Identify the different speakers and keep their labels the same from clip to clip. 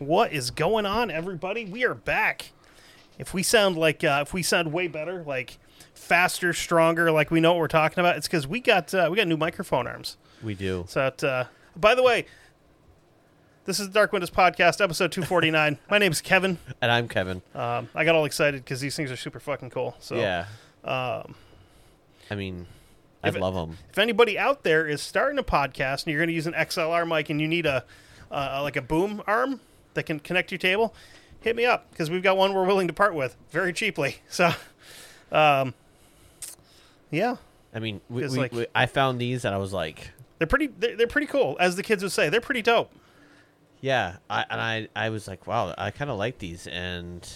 Speaker 1: What is going on, everybody? We are back. If we sound like uh, if we sound way better, like faster, stronger, like we know what we're talking about, it's because we got uh, we got new microphone arms.
Speaker 2: We do.
Speaker 1: So, it, uh, by the way, this is the Dark Windows Podcast, episode two forty nine. My name's Kevin.
Speaker 2: And I'm Kevin.
Speaker 1: Um, I got all excited because these things are super fucking cool. So,
Speaker 2: yeah. Um, I mean, I
Speaker 1: if it-
Speaker 2: love them.
Speaker 1: if anybody out there is starting a podcast and you're going to use an XLR mic and you need a uh, like a boom arm that can connect to your table, hit me up because we've got one we're willing to part with very cheaply. So, um, yeah,
Speaker 2: I mean, we,
Speaker 1: 'Cause,
Speaker 2: we,
Speaker 1: like-
Speaker 2: we- I found these and I was like,
Speaker 1: they're pretty. They're, they're pretty cool, as the kids would say. They're pretty dope.
Speaker 2: yeah. I, and I, I was like, wow, I kind of like these and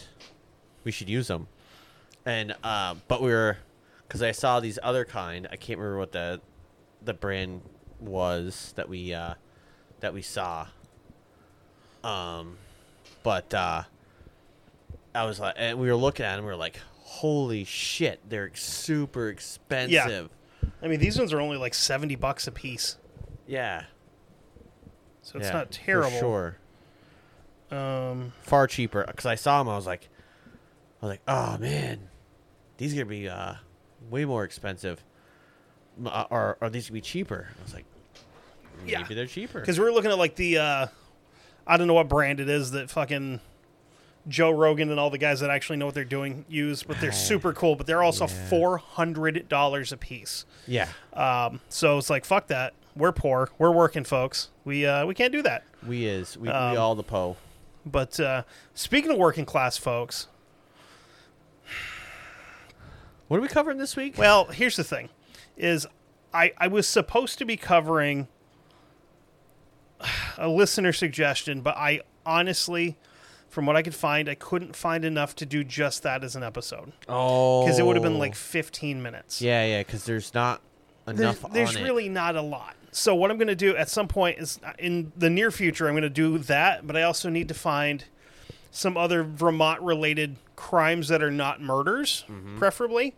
Speaker 2: we should use them. And, uh, but we were, because I saw these other kind. I can't remember what the, the brand was that we, uh, that we saw. Um, but, uh, I was like, and we were looking at them, we were like, holy shit, they're super expensive.
Speaker 1: I mean, these ones are only like seventy bucks a piece,
Speaker 2: Yeah.
Speaker 1: so it's
Speaker 2: yeah,
Speaker 1: not terrible.
Speaker 2: For sure.
Speaker 1: Um,
Speaker 2: Far cheaper. Because I saw them, I was like, I was like, oh man, these are gonna be uh, way more expensive. M- uh, Are are these gonna be cheaper? I was like, maybe
Speaker 1: Yeah.
Speaker 2: they're cheaper.
Speaker 1: Because we were looking at like the, uh, I don't know what brand it is that fucking Joe Rogan and all the guys that actually know what they're doing use, but they're super cool. But they're also
Speaker 2: Yeah.
Speaker 1: four hundred dollars a piece.
Speaker 2: yeah,
Speaker 1: Um, so it's like fuck that. We're poor. We're working folks. We uh, we can't do that.
Speaker 2: we is we,
Speaker 1: Um,
Speaker 2: we all the po.
Speaker 1: But uh, speaking of working class folks,
Speaker 2: What are we covering this week?
Speaker 1: Well, here's the thing: is I I was supposed to be covering a listener suggestion, but I honestly, from what I could find, I couldn't find enough to do just that as an episode
Speaker 2: oh,
Speaker 1: because it would have been like 15 minutes.
Speaker 2: yeah, yeah, because there's not
Speaker 1: There's,
Speaker 2: enough.
Speaker 1: there's
Speaker 2: on
Speaker 1: really not a lot. So what I'm going to do at some point is uh, in the near future, I'm going to do that, but I also need to find some other Vermont related crimes that are not murders,
Speaker 2: Mm-hmm.
Speaker 1: preferably,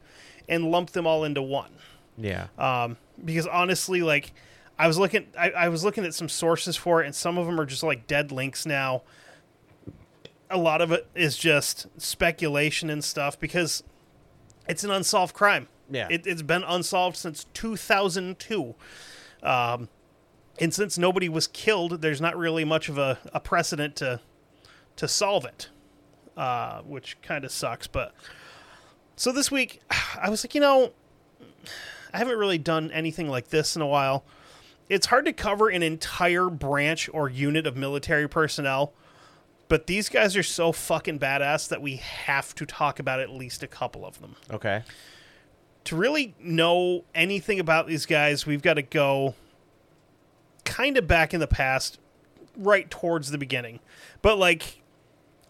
Speaker 1: and lump them all into one.
Speaker 2: It. Yeah,
Speaker 1: um, because honestly, like I was looking, I, I was looking at some sources for it, and some of them are just like dead links now. A lot of it is just speculation and stuff because it's an unsolved crime.
Speaker 2: Yeah.
Speaker 1: it, it's been unsolved since 2002. Um, and since nobody was killed, there's not really much of a, a precedent to to solve it, uh, which kind of sucks. But so this week, I was like, you know, I haven't really done anything like this in a while. It's hard to cover an entire branch or unit of military personnel, but these guys are so fucking badass that we have to talk about at least a couple of them.
Speaker 2: okay,
Speaker 1: To really know anything about these guys, we've got to go kind of back in the past, right towards the beginning. But like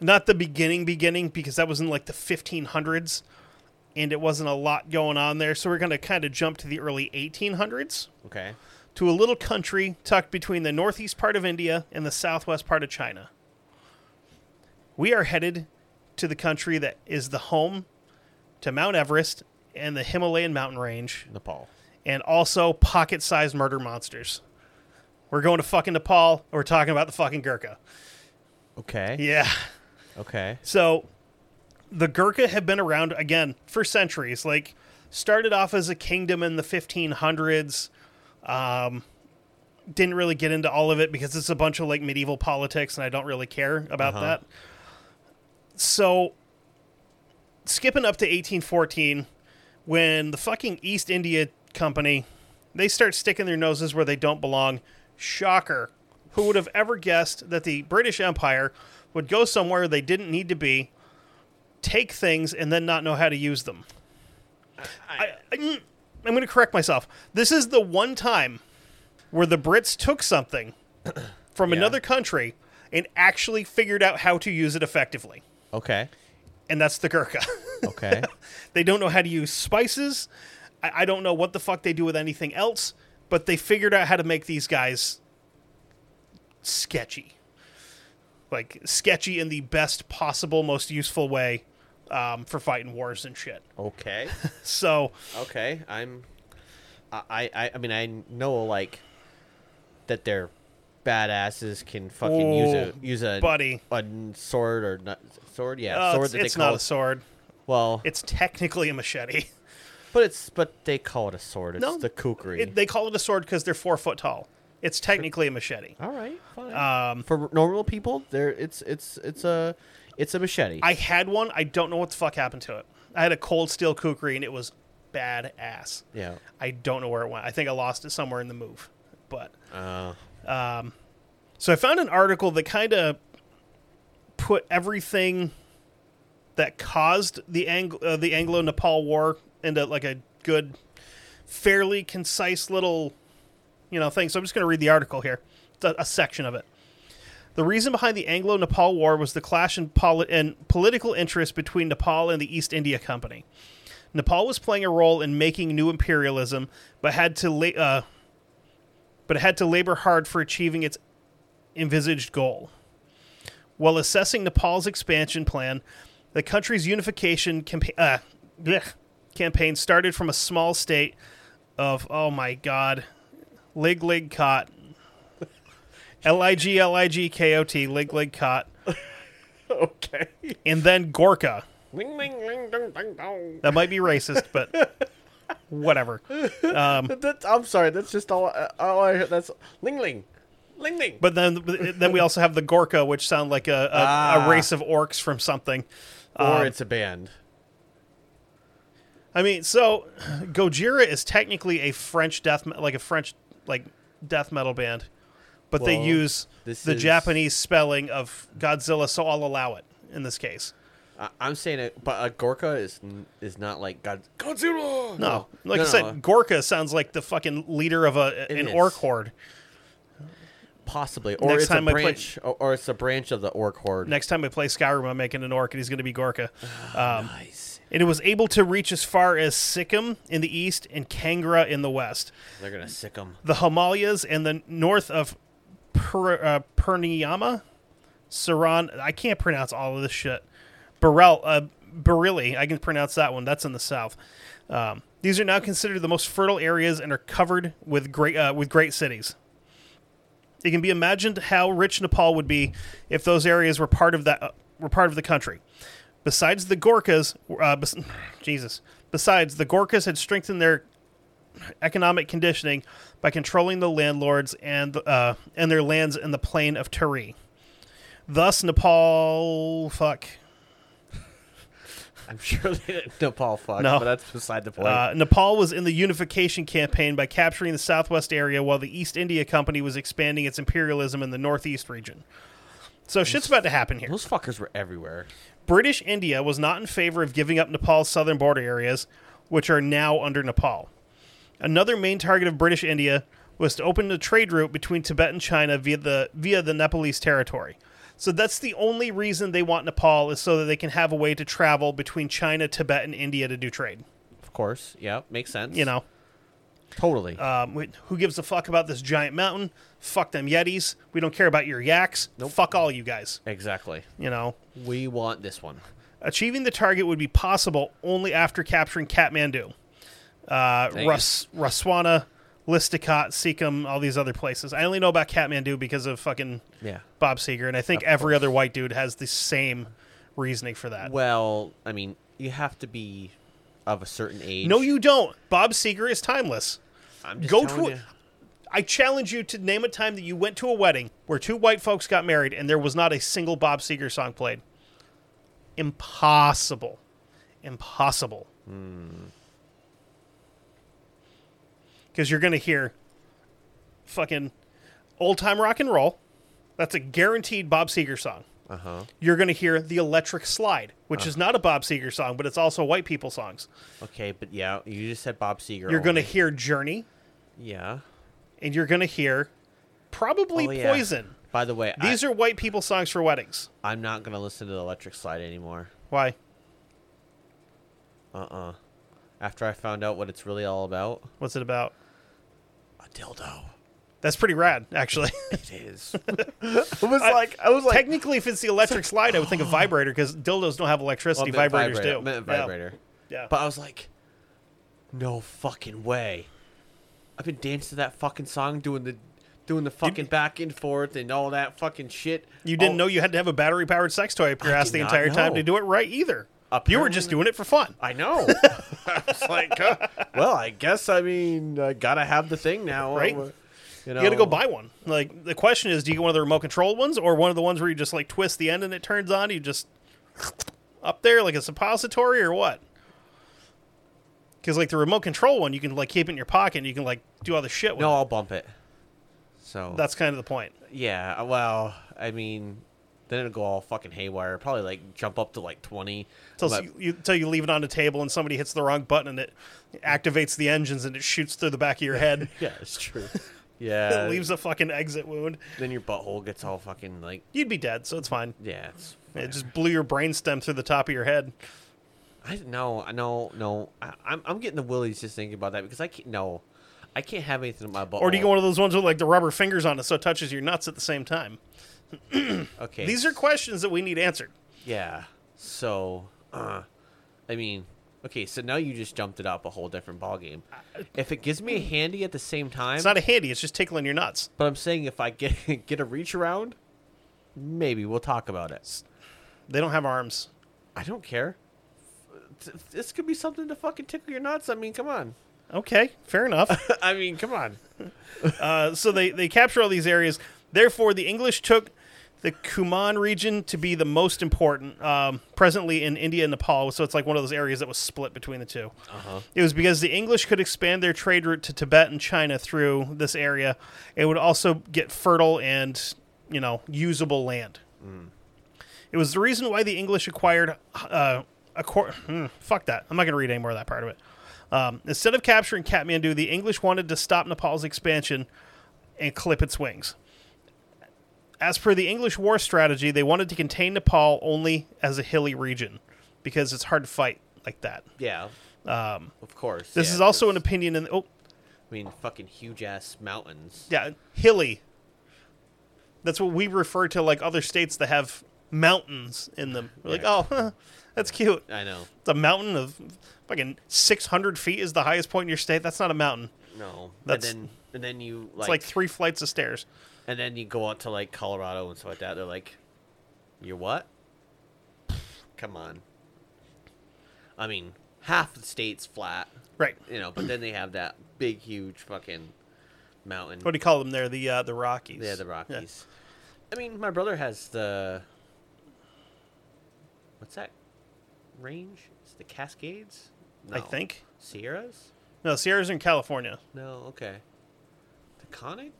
Speaker 1: not the beginning beginning because that was in like the 1500s and it wasn't a lot going on there. So we're going to kind of jump to the early 1800s
Speaker 2: okay,
Speaker 1: to a little country tucked between the northeast part of India and the southwest part of China. We are headed to the country that is the home to Mount Everest and the Himalayan mountain range,
Speaker 2: Nepal.
Speaker 1: and also pocket sized murder monsters. We're going to fucking Nepal. and We're talking about the fucking Gurkha.
Speaker 2: Okay,
Speaker 1: Yeah.
Speaker 2: okay,
Speaker 1: So the Gurkha have been around again for centuries. Like started off as a kingdom in the 1500s. Um, didn't really get into all of it because it's a bunch of like medieval politics, and I don't really care about
Speaker 2: Uh-huh.
Speaker 1: that. So skipping up to 1814, when the fucking East India Company they start sticking their noses where they don't belong. Shocker. Who would have ever guessed that the British Empire would go somewhere they didn't need to be, take things, and then not know how to use them? I, am going to correct myself. This is the one time where the Brits took something from
Speaker 2: Yeah.
Speaker 1: another country and actually figured out how to use it effectively.
Speaker 2: okay,
Speaker 1: And that's the Gurkha.
Speaker 2: okay.
Speaker 1: They don't know how to use spices. I, I don't know what the fuck they do with anything else, but they figured out how to make these guys sketchy. Like, sketchy in the best possible, most useful way um, for fighting wars and shit.
Speaker 2: Okay.
Speaker 1: So,
Speaker 2: Okay. I'm. I, I. I mean, I know like that they're badasses can fucking use a
Speaker 1: Oh,
Speaker 2: use a
Speaker 1: buddy.
Speaker 2: a n- sword or not, sword. Yeah,
Speaker 1: Uh,
Speaker 2: sword
Speaker 1: it's
Speaker 2: that they
Speaker 1: it's
Speaker 2: call
Speaker 1: not a sword.
Speaker 2: well,
Speaker 1: It's technically a machete.
Speaker 2: but it's but they call it a sword. It's
Speaker 1: No,
Speaker 2: the kukri.
Speaker 1: It, they call it a sword because they're four foot tall. It's technically a machete.
Speaker 2: All right, fine.
Speaker 1: Um,
Speaker 2: For normal people, there it's it's it's a it's a machete.
Speaker 1: I had one. I don't know what the fuck happened to it. I had a cold steel kukri and it was badass.
Speaker 2: yeah.
Speaker 1: I don't know where it went. I think I lost it somewhere in the move. But um,
Speaker 2: Uh,
Speaker 1: so I found an article that kind of put everything that caused the Ang- uh, the Anglo Nepal War into like a good, fairly concise little, you know, thing. So I'm just going to read the article here, It's a, a section of it. The reason behind the Anglo Nepal War was the clash in, poli- in political interest between Nepal and the East India Company. Nepal was playing a role in making new imperialism, but had to la- uh, but had to labor hard for achieving its envisaged goal. While assessing Nepal's expansion plan, the country's unification campa- uh, blech, campaign started from a small state of, oh my god, Lig Lig Cot. L I G L I G K O T, Lig Lig Cot.
Speaker 2: okay.
Speaker 1: And then Gorkha.
Speaker 2: Ling, ling, ling, ding, ding, dong.
Speaker 1: That might be racist, but whatever.
Speaker 2: That- that- I'm sorry. That's just all. uh, all I heard. That's ling ling, ling ling.
Speaker 1: But then, then we also have the Gorkha, which sound like a, a,
Speaker 2: Ah.
Speaker 1: a race of orcs from something. um,
Speaker 2: or it's a band.
Speaker 1: I mean, so Gojira is technically a French death, me- like a French like death metal band, but they
Speaker 2: Well,
Speaker 1: use
Speaker 2: this
Speaker 1: the
Speaker 2: is-
Speaker 1: Japanese spelling of Godzilla, so I'll allow it in this case.
Speaker 2: I, I'm saying it, but a Gorka is n- is not like God, Godzilla.
Speaker 1: No, like
Speaker 2: Oh, No,
Speaker 1: I
Speaker 2: no.
Speaker 1: said, Gorka sounds like the fucking leader of a an
Speaker 2: is.
Speaker 1: orc horde.
Speaker 2: possibly, or
Speaker 1: Next
Speaker 2: it's
Speaker 1: time
Speaker 2: a
Speaker 1: I play-
Speaker 2: branch, or, or it's a branch of the orc horde.
Speaker 1: Next time we play Skyrim, I'm making an orc, and he's going to be Gorka.
Speaker 2: nice.
Speaker 1: And it was able to reach as far as Sikkim in the east and Kangra in the west.
Speaker 2: They're gonna sick them.
Speaker 1: the Himalayas and the north of per, uh, Purnayama, Saran. I can't pronounce all of this shit. Barel, uh, Bareilly, I can pronounce that one. That's in the south. Um, these are now considered the most fertile areas and are covered with great uh, with great cities. It can be imagined how rich Nepal would be if those areas were part of that uh, were part of the country. Besides the Gorkhas, uh, bes- Jesus. Besides, the Gorkhas had strengthened their economic conditioning by controlling the landlords and uh, and their lands in the plain of Turi. Thus, Nepal, fuck,
Speaker 2: I'm sure they didn't Nepal fuck,
Speaker 1: No.
Speaker 2: but that's beside the point.
Speaker 1: uh, Nepal was in the unification campaign by capturing the southwest area, while the East India Company was expanding its imperialism in the northeast region. So shit's about to happen here.
Speaker 2: Those fuckers were everywhere.
Speaker 1: British India was not in favor of giving up Nepal's southern border areas, which are now under Nepal. Another main target of British India was to open a trade route between Tibet and China via the via the Nepalese territory. So that's the only reason they want Nepal is so that they can have a way to travel between China, Tibet, and India to do trade.
Speaker 2: Of course, yeah, makes sense.
Speaker 1: You know,
Speaker 2: totally.
Speaker 1: um, wh- who gives a fuck about this giant mountain? Fuck them Yetis. We don't care about your yaks. Fuck all you guys.
Speaker 2: exactly.
Speaker 1: You know,
Speaker 2: We want this one.
Speaker 1: Achieving the target would be possible only after capturing Kathmandu, uh,
Speaker 2: Dang.
Speaker 1: Rus- Raswana, Listicot, Sikkim, all these other places. I only know about Kathmandu because of fucking
Speaker 2: Yeah.
Speaker 1: Bob Seger, and I think every other white dude has the same reasoning for that.
Speaker 2: Well, I mean, you have to be of a certain age.
Speaker 1: No, you don't. Bob Seger is timeless.
Speaker 2: I'm just
Speaker 1: go
Speaker 2: telling
Speaker 1: to-
Speaker 2: you.
Speaker 1: I challenge you to name a time that you went to a wedding where two white folks got married and there was not a single Bob Seger song played. Impossible. Impossible.
Speaker 2: Hmm.
Speaker 1: Because you're going to hear fucking old time rock and roll. That's a guaranteed Bob Seger song.
Speaker 2: Uh huh.
Speaker 1: You're going to hear The Electric Slide, which
Speaker 2: Uh-huh.
Speaker 1: is not a Bob Seger song, but it's also white people songs.
Speaker 2: Okay, but yeah, you just said Bob Seger.
Speaker 1: You're going to
Speaker 2: only.
Speaker 1: hear Journey,
Speaker 2: Yeah.
Speaker 1: and you're going to hear probably
Speaker 2: Oh, yeah.
Speaker 1: Poison.
Speaker 2: By the way,
Speaker 1: These
Speaker 2: I,
Speaker 1: are white people songs for weddings.
Speaker 2: I'm not gonna listen to the Electric Slide anymore.
Speaker 1: Why?
Speaker 2: Uh uh After I found out what it's really all about,
Speaker 1: What's it about?
Speaker 2: a dildo.
Speaker 1: That's pretty rad, actually.
Speaker 2: It is. I was like, I was like,
Speaker 1: Technically, if it's the electric slide, I would think a vibrator because dildos don't have electricity.
Speaker 2: I meant
Speaker 1: Vibrators
Speaker 2: vibrator, I
Speaker 1: do.
Speaker 2: meant
Speaker 1: Yeah.
Speaker 2: vibrator.
Speaker 1: Yeah.
Speaker 2: But I was like, no fucking way. I've been dancing to that fucking song, doing the doing the fucking back and forth and all that fucking shit.
Speaker 1: You didn't
Speaker 2: Oh,
Speaker 1: know you had to have a battery powered sex toy up your
Speaker 2: I
Speaker 1: ass
Speaker 2: did
Speaker 1: the
Speaker 2: not
Speaker 1: entire time
Speaker 2: know.
Speaker 1: to do it right either. you were just doing it for fun.
Speaker 2: I know. I was like, uh, well, I guess I mean I gotta have the thing now,
Speaker 1: Right.
Speaker 2: Uh, You know,
Speaker 1: You got to go buy one. Like the question is, do you get one of the remote control ones or one of the ones where you just like twist the end and it turns on? You just up there like a suppository or what? Because like the remote control one, you can like keep it in your pocket and you can like do all the shit with.
Speaker 2: No,
Speaker 1: it.
Speaker 2: I'll bump it. So
Speaker 1: that's kind of the point.
Speaker 2: yeah. uh, Well, I mean, then it'll go all fucking haywire. Probably like jump up to like twenty.
Speaker 1: Till
Speaker 2: But-
Speaker 1: you, you, till you leave it on the table and somebody hits the wrong button and it activates the engines and it shoots through the back of your head.
Speaker 2: yeah, it's true.
Speaker 1: It
Speaker 2: Yeah,
Speaker 1: leaves a fucking exit wound.
Speaker 2: then your butthole gets all fucking like
Speaker 1: You'd be dead, so it's fine.
Speaker 2: yeah. It's,
Speaker 1: It just blew your brainstem through the top of your head.
Speaker 2: I no no no. I, I'm I'm getting the willies just thinking about that because I can't no, I can't have anything in my butthole.
Speaker 1: Or do you get one of those ones with like the rubber fingers on it so it touches your nuts at the same time?
Speaker 2: Okay,
Speaker 1: These are questions that we need answered.
Speaker 2: Yeah. So, uh, I mean, okay. So now you just jumped it up a whole different ballgame.
Speaker 1: uh,
Speaker 2: If it gives me a handy at the same time,
Speaker 1: It's not a handy, it's just tickling your nuts.
Speaker 2: but I'm saying if I get get a reach around, maybe we'll talk about it.
Speaker 1: They don't have arms.
Speaker 2: I don't care. Th- This could be something to fucking tickle your nuts. I mean, come on.
Speaker 1: Okay, fair enough.
Speaker 2: I mean, come on.
Speaker 1: uh, so they, they capture all these areas. Therefore, the English took the Kuman region to be the most important um, presently in India and Nepal. So it's like one of those areas that was split between the 2 It was because the English could expand their trade route to Tibet and China through this area. It would also get fertile and, you know, usable land. It was the reason why the English acquired. Uh, acqu- hmm, fuck that. I'm not going to read any more of that part of it. Um, instead of capturing Kathmandu, the English wanted to stop Nepal's expansion and clip its wings. As per the English war strategy, they wanted to contain Nepal only as a hilly region because it's hard to fight like that.
Speaker 2: Yeah. Um. Of course.
Speaker 1: This
Speaker 2: yeah,
Speaker 1: is also an
Speaker 2: 'cause,
Speaker 1: opinion in oh
Speaker 2: I mean, fucking huge ass mountains.
Speaker 1: yeah, hilly. That's what we refer to like other states that have mountains in them. We're like,
Speaker 2: Yeah.
Speaker 1: oh, huh, that's cute.
Speaker 2: I know.
Speaker 1: It's a mountain of fucking 600 feet is the highest point in your state. That's not a mountain.
Speaker 2: No.
Speaker 1: That's-
Speaker 2: and then and then you
Speaker 1: It's like three flights of stairs.
Speaker 2: And then you go out to like Colorado and stuff like that. They're like, "You're what? Come on." I mean, half the state's flat,
Speaker 1: Right.
Speaker 2: you know, but then they have that big, huge fucking mountain.
Speaker 1: What do you call them there? The uh, the Rockies.
Speaker 2: Yeah, the
Speaker 1: Yeah.
Speaker 2: Rockies. I mean, my brother has the what's that range? It's the Cascades.
Speaker 1: I
Speaker 2: No.
Speaker 1: think.
Speaker 2: Sierras.
Speaker 1: No, Sierras are in California.
Speaker 2: No, okay. The Conig.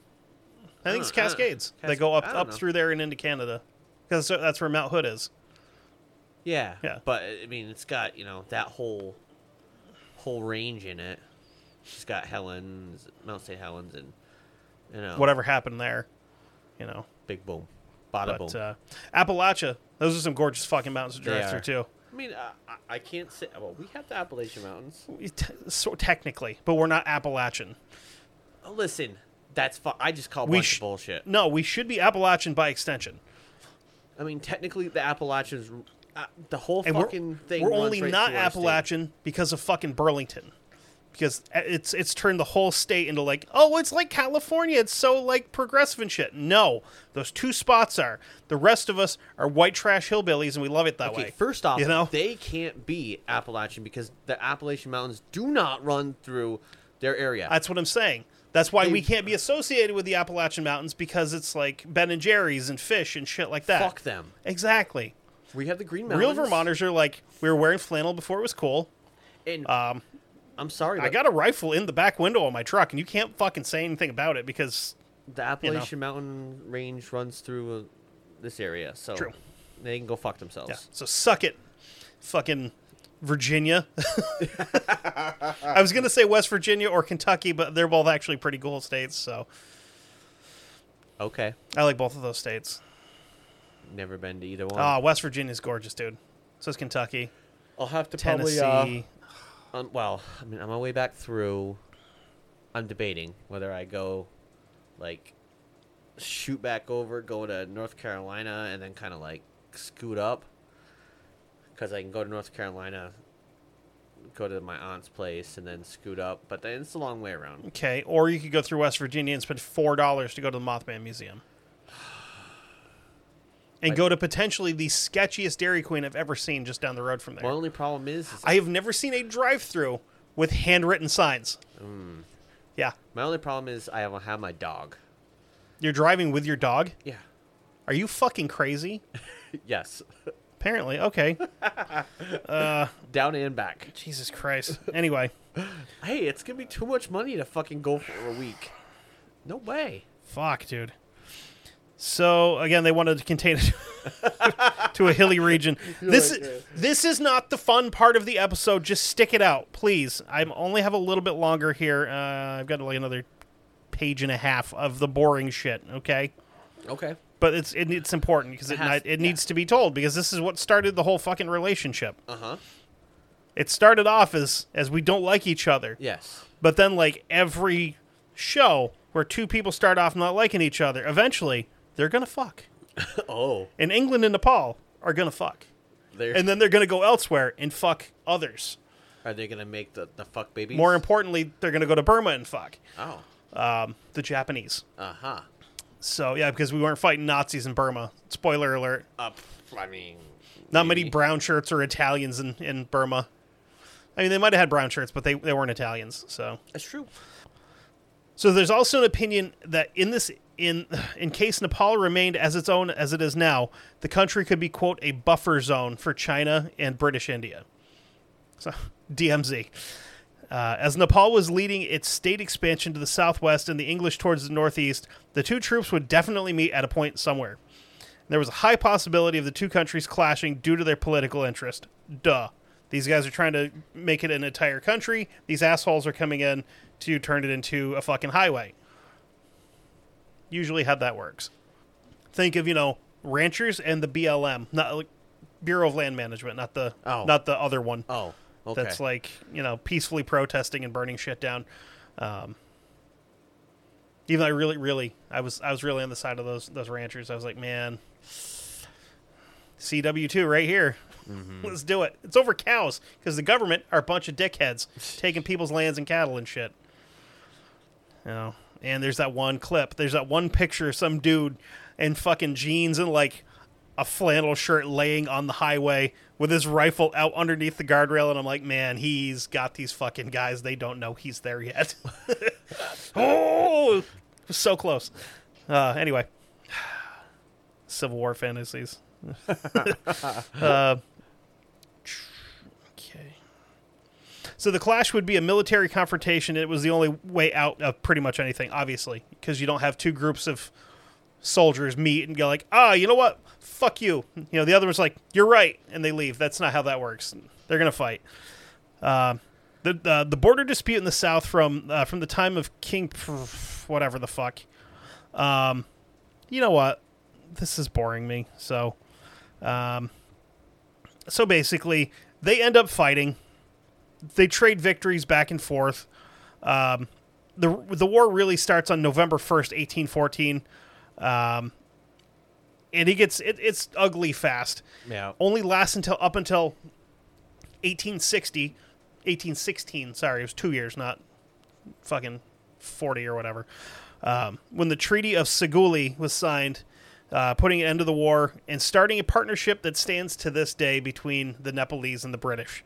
Speaker 1: I think it's
Speaker 2: Uh, uh,
Speaker 1: Cascades. they
Speaker 2: Cas-
Speaker 1: go up
Speaker 2: I don't
Speaker 1: up
Speaker 2: know.
Speaker 1: through there and into Canada, because that's where Mount Hood is.
Speaker 2: Yeah.
Speaker 1: Yeah.
Speaker 2: But I mean, it's got you know that whole whole range in it. It's got Helens, Mount St. Helens, and you know
Speaker 1: Whatever happened there, you know.
Speaker 2: Big boom,
Speaker 1: But
Speaker 2: bada boom.
Speaker 1: uh, Appalachia, those are some gorgeous fucking mountains to
Speaker 2: They
Speaker 1: drive through
Speaker 2: are.
Speaker 1: too.
Speaker 2: I mean, I, I- I can't say. Well, we have the Appalachian Mountains.
Speaker 1: We T- so technically, but we're not Appalachian.
Speaker 2: Oh, listen, that's fu- I just call
Speaker 1: We
Speaker 2: bunch of
Speaker 1: sh-
Speaker 2: bullshit.
Speaker 1: No, we should be Appalachian by extension,
Speaker 2: I mean, technically, the Appalachians, uh, the whole
Speaker 1: and
Speaker 2: fucking
Speaker 1: we're
Speaker 2: thing.
Speaker 1: we're
Speaker 2: runs
Speaker 1: only
Speaker 2: right
Speaker 1: not
Speaker 2: through our state.
Speaker 1: Appalachian because of fucking Burlington. Because it's it's turned the whole state into like oh it's like California it's so like progressive and shit no those two spots are the rest of us are white trash hillbillies and we love it that
Speaker 2: Okay,
Speaker 1: way
Speaker 2: first off,
Speaker 1: you know
Speaker 2: they can't be Appalachian because the Appalachian Mountains do not run through their area.
Speaker 1: That's what I'm saying. That's why
Speaker 2: They-
Speaker 1: we can't be associated with the Appalachian Mountains because it's like Ben and Jerry's and fish and shit like that.
Speaker 2: Fuck them.
Speaker 1: Exactly.
Speaker 2: We have the Green Mountains.
Speaker 1: Real Vermonters are like, we were wearing flannel before it was cool.
Speaker 2: And um, I'm sorry,
Speaker 1: I
Speaker 2: but
Speaker 1: got a rifle in the back window on my truck, and you can't fucking say anything about it because
Speaker 2: the Appalachian Mountain Range runs through uh, this area, so
Speaker 1: True.
Speaker 2: they can go fuck themselves.
Speaker 1: yeah. So suck it, fucking Virginia. I was gonna say West Virginia or Kentucky, but they're both actually pretty cool states. So
Speaker 2: Okay,
Speaker 1: I like both of those states.
Speaker 2: never been to either one.
Speaker 1: Ah, West Virginia's gorgeous, dude. So is Kentucky,
Speaker 2: I'll have to
Speaker 1: Tennessee.
Speaker 2: probably. Uh, um, well, I mean, on my way back through, I'm debating whether I go, like, shoot back over, go to North Carolina, and then kind of like scoot up, because I can go to North Carolina go to my aunt's place and then scoot up. But then it's a long way around.
Speaker 1: Okay, or you could go through West Virginia and spend four dollars to go to the Mothman Museum, and
Speaker 2: Like-
Speaker 1: go to potentially the sketchiest Dairy Queen I've ever seen just down the road from there.
Speaker 2: My only problem is, is
Speaker 1: I have never seen a drive-through with handwritten signs. Yeah,
Speaker 2: my only problem is I don't have my dog.
Speaker 1: you're driving with your dog.
Speaker 2: Yeah.
Speaker 1: Are you fucking crazy?
Speaker 2: Yes.
Speaker 1: Apparently, okay.
Speaker 2: Down and back.
Speaker 1: Jesus Christ. Anyway,
Speaker 2: Hey, it's gonna be too much money to fucking go for a week. No way.
Speaker 1: fuck, dude. So again, they wanted to contain it to a hilly region. this
Speaker 2: like,
Speaker 1: is this is not the fun part of the episode. Just stick it out, please. I only have a little bit longer here. Uh, I've got like another page and a half of the boring shit. Okay.
Speaker 2: Okay.
Speaker 1: but it's it, it's important because it,
Speaker 2: has-
Speaker 1: it needs to be told because this is what started the whole fucking relationship.
Speaker 2: Uh huh.
Speaker 1: It started off as as we don't like each other,
Speaker 2: Yes.
Speaker 1: but then like every show where two people start off not liking each other, eventually they're gonna fuck.
Speaker 2: Oh,
Speaker 1: And England and Nepal are gonna fuck,
Speaker 2: they're,
Speaker 1: and then they're gonna go elsewhere and fuck others.
Speaker 2: are they gonna make the, the fuck babies?
Speaker 1: More importantly, they're gonna go to Burma and fuck
Speaker 2: Oh.
Speaker 1: um, the Japanese.
Speaker 2: Uh huh.
Speaker 1: So yeah, because we weren't fighting Nazis in Burma. Spoiler alert.
Speaker 2: Up. Uh, I mean.
Speaker 1: Not many
Speaker 2: maybe.
Speaker 1: brown shirts or Italians in, in Burma. I mean, they might have had brown shirts, but they, they weren't Italians. So,
Speaker 2: That's true.
Speaker 1: so there's also an opinion that in this in in case Nepal remained as its own as it is now, the country could be quote a buffer zone for China and British India. So DMZ. Uh, as Nepal was leading its state expansion to the southwest and the English towards the northeast, the two troops would definitely meet at a point somewhere. There was a high possibility of the two countries clashing due to their political interest. Duh. These guys are trying to make it an entire country. These assholes are coming in to turn it into a fucking highway. Usually how that works. Think of, you know, ranchers and the BLM, not like Bureau of Land Management, not the
Speaker 2: Oh.
Speaker 1: not the other one
Speaker 2: Oh. Okay.
Speaker 1: that's like you know peacefully protesting and burning shit down. Um, even though I really, really, I was I was really on the side of those those ranchers. I was like, man, CW two right here. Let's do it. It's over cows because the government are a bunch of dickheads taking people's lands and cattle and shit. You know, and there's that one clip. There's that one picture of some dude in fucking jeans and like a flannel shirt laying on the highway with his rifle out underneath the guardrail, and I'm like, man, he's got these fucking guys. They don't know he's there yet. oh, it was so close. Uh, anyway, Civil War fantasies. uh, okay. So the clash would be a military confrontation. It was the only way out of pretty much anything, obviously, because you don't have two groups of soldiers meet and go like, ah, you know what? Fuck you. You know, the other one's like, you're right, and they leave. That's not how that works. They're gonna fight. Uh, the uh, the border dispute in the South from uh, from the time of King, whatever the fuck. Um, you know what? This is boring me. So, um, so basically, they end up fighting. They trade victories back and forth. Um, the the war really starts on November first, eighteen fourteen Um, and he gets it, it's ugly fast.
Speaker 2: yeah.
Speaker 1: Uh, Only lasts until up until 1860, 1816. Sorry, it was two years, not fucking 40 or whatever. Um, when the Treaty of Seguli was signed, uh, putting an end to the war and starting a partnership that stands to this day between the Nepalese and the British,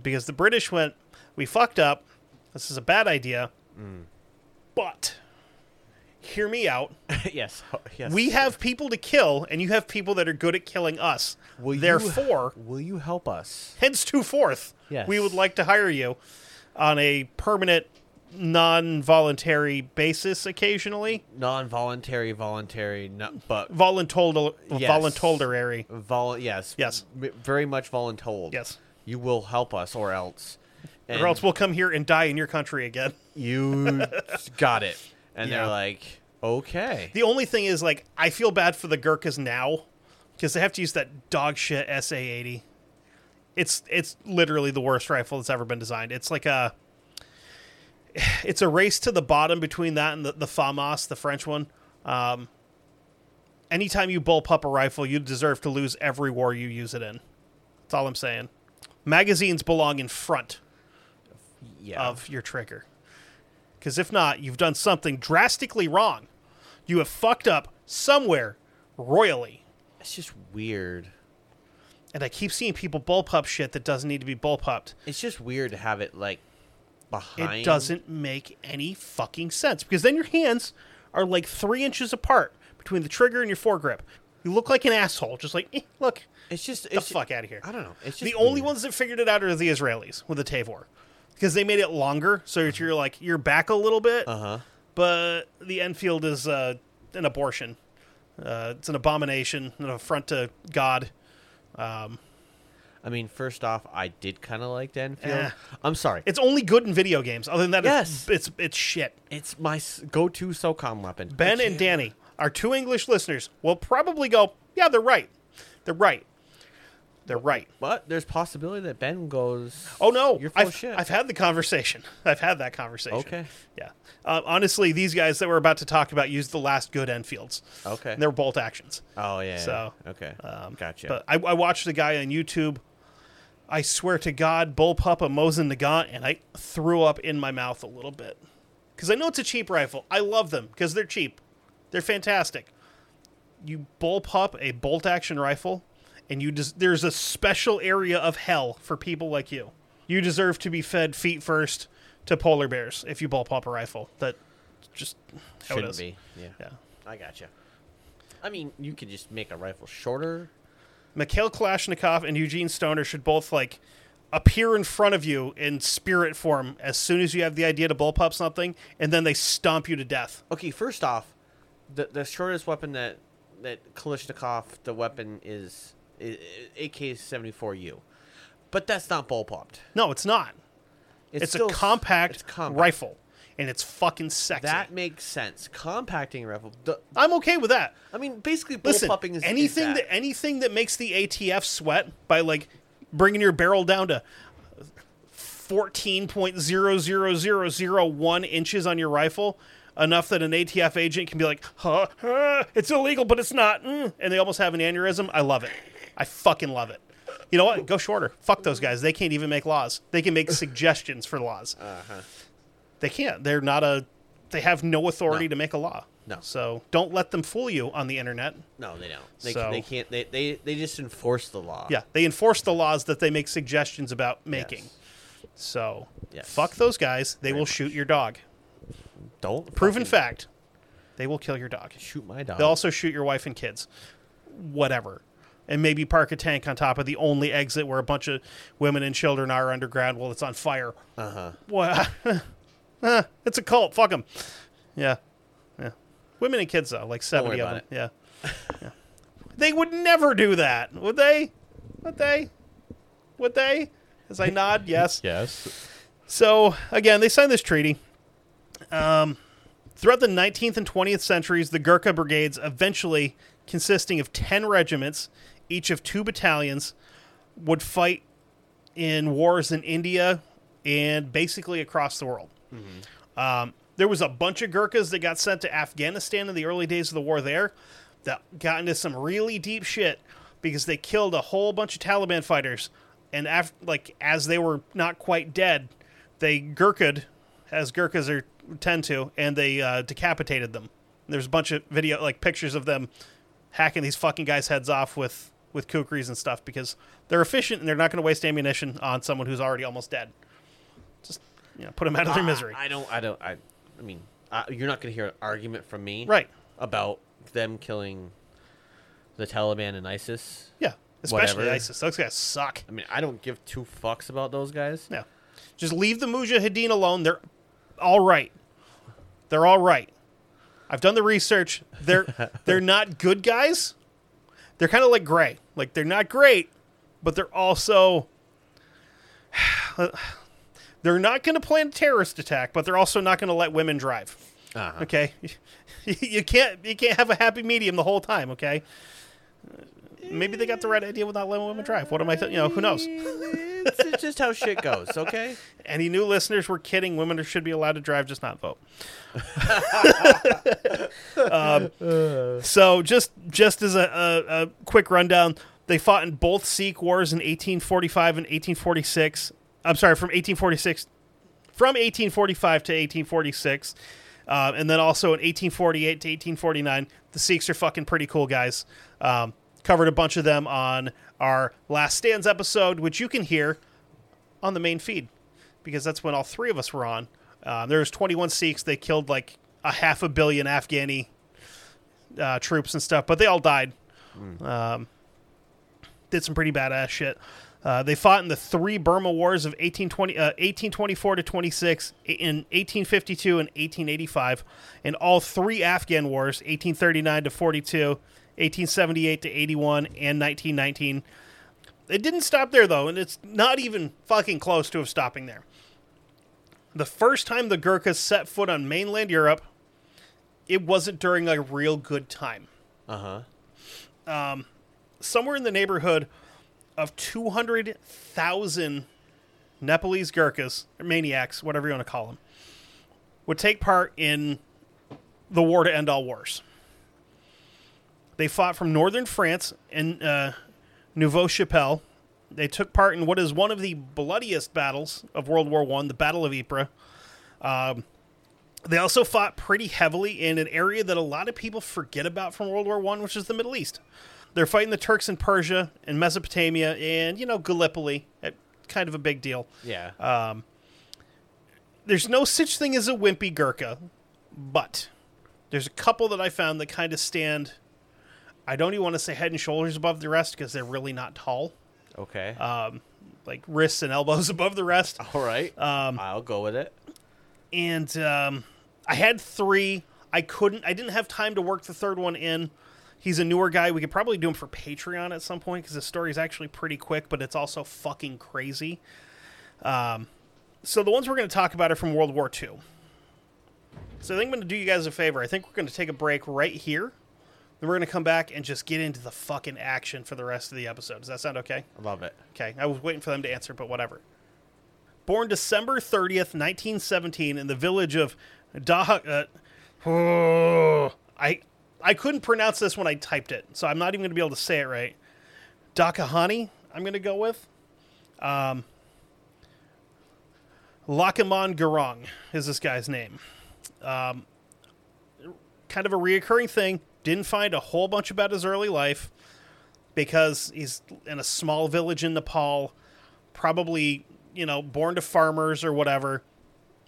Speaker 1: because the British went, "We fucked up. This is a bad idea, but." Hear me out.
Speaker 2: yes. Yes.
Speaker 1: We have people to kill, and you have people that are good at killing us.
Speaker 2: Will you-
Speaker 1: Therefore,
Speaker 2: Will you help us?
Speaker 1: hence to forth,
Speaker 2: Yes.
Speaker 1: we would like to hire you on a permanent, non-voluntary basis. Occasionally,
Speaker 2: Non-voluntary, voluntary, no, but
Speaker 1: voluntold,
Speaker 2: Yes.
Speaker 1: voluntolderary.
Speaker 2: vol. Yes.
Speaker 1: Yes.
Speaker 2: M- very much voluntold.
Speaker 1: Yes.
Speaker 2: You will help us, or else. And
Speaker 1: Or else we'll come here and die in your country again.
Speaker 2: you got it. And
Speaker 1: Yeah.
Speaker 2: they're like, okay.
Speaker 1: The only thing is, like, I feel bad for the Gurkhas now because they have to use that dog shit SA eighty. It's it's literally the worst rifle that's ever been designed. It's like a it's a race to the bottom between that and the, the FAMAS, the French one. Um, anytime you bull pup a rifle, you deserve to lose every war you use it in. That's all I'm saying. Magazines belong in front.
Speaker 2: Yeah.
Speaker 1: of your trigger. Because if not, you've done something drastically wrong. You have fucked up somewhere royally.
Speaker 2: It's just weird.
Speaker 1: And I keep seeing people bullpup shit that doesn't need to be bullpupped.
Speaker 2: It's just weird to have it like
Speaker 1: It
Speaker 2: behind.
Speaker 1: doesn't make any fucking sense. Because then your hands are like three inches apart between the trigger and your foregrip. You look like an asshole, just like, eh, look,
Speaker 2: It's just
Speaker 1: the
Speaker 2: it's
Speaker 1: fuck out of here.
Speaker 2: I don't know. It's just
Speaker 1: the only
Speaker 2: weird.
Speaker 1: ones that figured it out are the Israelis with the Tavor. Because they made it longer, so it's you're like, you're back a little bit.
Speaker 2: Uh huh.
Speaker 1: but the Enfield is uh, an abortion. Uh, it's an abomination, an affront to God.
Speaker 2: I mean, first off, I did kind of like the Enfield.
Speaker 1: Eh.
Speaker 2: I'm sorry.
Speaker 1: It's only good in video games. Other than that,
Speaker 2: Yes.
Speaker 1: it's, it's it's shit.
Speaker 2: It's my s- go-to SOCOM weapon.
Speaker 1: Ben
Speaker 2: I
Speaker 1: and
Speaker 2: can't-
Speaker 1: Danny, our two English listeners, will probably go, "Yeah, they're right. They're right. They're right."
Speaker 2: But there's possibility that Ben goes.
Speaker 1: Oh no,
Speaker 2: you're full
Speaker 1: I've,
Speaker 2: of shit.
Speaker 1: I've had the conversation. I've had that conversation.
Speaker 2: Okay.
Speaker 1: Yeah. Uh, honestly, these guys that we're about to talk about used the last good Enfields.
Speaker 2: Okay.
Speaker 1: And they were bolt actions.
Speaker 2: oh yeah.
Speaker 1: So, um,
Speaker 2: yeah. okay. gotcha.
Speaker 1: But I, I watched the guy on YouTube. I swear to God, bullpup a Mosin Nagant, and I threw up in my mouth a little bit because I know it's a cheap rifle. I love them because they're cheap. They're fantastic. You bullpup a bolt action rifle, and you des- there's a special area of hell for people like you. You deserve to be fed feet first to polar bears if you bullpup a rifle. That just how it
Speaker 2: Shouldn't
Speaker 1: is.
Speaker 2: be. Yeah.
Speaker 1: Yeah.
Speaker 2: I gotcha. I mean, you could just make a rifle shorter.
Speaker 1: Mikhail Kalashnikov and Eugene Stoner should both like appear in front of you in spirit form as soon as you have the idea to bullpup something, and then they stomp you to death.
Speaker 2: Okay, first off, the the shortest weapon that that Kalishnikov the weapon is, is AK seventy four U, but that's not ball popped.
Speaker 1: No, it's not. It's, a compact,
Speaker 2: it's compact.
Speaker 1: rifle, and it's fucking sexy.
Speaker 2: That makes sense. Compacting a rifle. The,
Speaker 1: I'm okay with that.
Speaker 2: I mean, basically, ball
Speaker 1: Listen,
Speaker 2: popping is
Speaker 1: anything
Speaker 2: is
Speaker 1: that. anything that makes the ATF sweat by like bringing your barrel down to. 14.00001 inches on your rifle, enough that an ATF agent can be like, huh, huh, it's illegal, but it's not. mm," and they almost have an aneurysm. I love it. I fucking love it. You know what? Go shorter. Fuck those guys. They can't even make laws. They can make suggestions for laws.
Speaker 2: Uh-huh.
Speaker 1: They can't. They're not a. They have no authority
Speaker 2: No.
Speaker 1: to make a law.
Speaker 2: No.
Speaker 1: So don't let them fool you on the internet.
Speaker 2: No, they don't. They,
Speaker 1: So-
Speaker 2: they can't. They, they they just enforce the law.
Speaker 1: Yeah, they enforce the laws that they make suggestions about
Speaker 2: Yes.
Speaker 1: making. So
Speaker 2: Yes.
Speaker 1: fuck those guys. They
Speaker 2: Very
Speaker 1: will
Speaker 2: much.
Speaker 1: shoot your dog.
Speaker 2: Don't
Speaker 1: Proven
Speaker 2: fucking
Speaker 1: fact. They will kill your dog.
Speaker 2: Shoot my dog.
Speaker 1: They'll also shoot your wife and kids. Whatever. And maybe park a tank on top of the only exit where a bunch of women and children are underground while it's on fire.
Speaker 2: uh huh.
Speaker 1: What? Eh, it's a cult. Fuck them. Yeah. Yeah. Women and kids, though, like 70
Speaker 2: worry
Speaker 1: of them.
Speaker 2: about
Speaker 1: Yeah. Yeah. They would never do that, would they? Would they? Would they? As I nod, yes.
Speaker 2: Yes.
Speaker 1: So again, they signed this treaty. Um, throughout the 19th and 20th centuries, the Gurkha brigades, eventually consisting of 10 regiments, each of two battalions, would fight in wars in India and basically across the world. Um, there was a bunch of Gurkhas that got sent to Afghanistan in the early days of the war there that got into some really deep shit because they killed a whole bunch of Taliban fighters. And af- like as they were not quite dead, they Gurkhaed, as Gurkhas are tend to, and they uh, decapitated them. There's a bunch of video, like pictures of them hacking these fucking guys' heads off with with kukris and stuff because they're efficient and they're not going to waste ammunition on someone who's already almost dead. Just you know, put them out
Speaker 2: Ah,
Speaker 1: of their misery.
Speaker 2: I don't. I don't. I. I mean, I, you're not gonna hear an argument from me.
Speaker 1: Right.
Speaker 2: About them killing the Taliban and ISIS.
Speaker 1: Yeah, especially
Speaker 2: Whatever.
Speaker 1: ISIS. Those guys suck.
Speaker 2: I mean, I don't give two fucks about those guys.
Speaker 1: No, just leave the Mujahideen alone. They're all right. They're all right. I've done the research. They're they're not good guys. They're kind of like gray. Like they're not great, but they're also they're not going to plan a terrorist attack, but they're also not going to let women drive.
Speaker 2: Uh-huh.
Speaker 1: Okay, you can't you can't have a happy medium the whole time. Okay, maybe they got the right idea without letting women drive. What am I? Th- you know, who knows?
Speaker 2: it's, it's just how shit goes. Okay.
Speaker 1: Any new listeners were kidding. Women are- should be allowed to drive, just not vote. um, so just just as a, a, a quick rundown, they fought in both Sikh wars in 1845 and 1846. I'm sorry, from 1846 from 1845 to 1846, uh, and then also in 1848 to 1849. The Sikhs are fucking pretty cool guys. Um, covered a bunch of them on our Last Stands episode, which you can hear on the main feed because that's when all three of us were on. Um, there was 21 Sikhs. They killed like a half a billion Afghani uh, troops and stuff, but they all died. Um, did some pretty badass shit. Uh, they fought in the three Burma Wars of 1820, uh, 1824 to 26, i- in 1852 and 1885, and all three Afghan wars, 1839 to 42, 1878 to 81, and 1919. It didn't stop there, though, and it's not even fucking close to have stopping there. The first time the Gurkhas set foot on mainland Europe, it wasn't during a real good time Um,
Speaker 2: Uh huh.
Speaker 1: somewhere in the neighborhood of 200,000 Nepalese Gurkhas, or maniacs, whatever you want to call them, would take part in the war to end all wars. They fought from northern France and uh, Nouveau Chapelle. They took part in what is one of the bloodiest battles of World War One, the Battle of Ypres. Um, they also fought pretty heavily in an area that a lot of people forget about from World War One, which is the Middle East. They're fighting the Turks in Persia and Mesopotamia and you know Gallipoli. Eh, Kind of a big deal
Speaker 2: Yeah.
Speaker 1: Uh, there's no such thing as a wimpy Gurkha, but there's a couple that I found that kind of stand. I don't even want to say head and shoulders above the rest because they're really not tall,
Speaker 2: okay.
Speaker 1: uh, like wrists and elbows above the rest.
Speaker 2: All right. Um, I'll go with it.
Speaker 1: And um, I had three. I couldn't. I didn't have time to work the third one in. He's a newer guy. We could probably do him for Patreon at some point because the story's actually pretty quick, but it's also fucking crazy. Um, so the ones we're going to talk about are from World War II. So I think I'm going to do you guys a favor. I think we're going to take a break right here. Then we're going to come back and just get into the fucking action for the rest of the episode. Does that sound okay?
Speaker 2: I love it.
Speaker 1: Okay, I was waiting for them to answer, but whatever. Born December 30th, 1917, in the village of Daha. Uh, oh, I, I couldn't pronounce this when I typed it, so I'm not even going to be able to say it right. Dakahani, I'm going to go with. Um, Lakamon Garong is this guy's name. Um, kind of a reoccurring thing. Didn't find a whole bunch about his early life because he's in a small village in Nepal, probably, you know, born to farmers or whatever.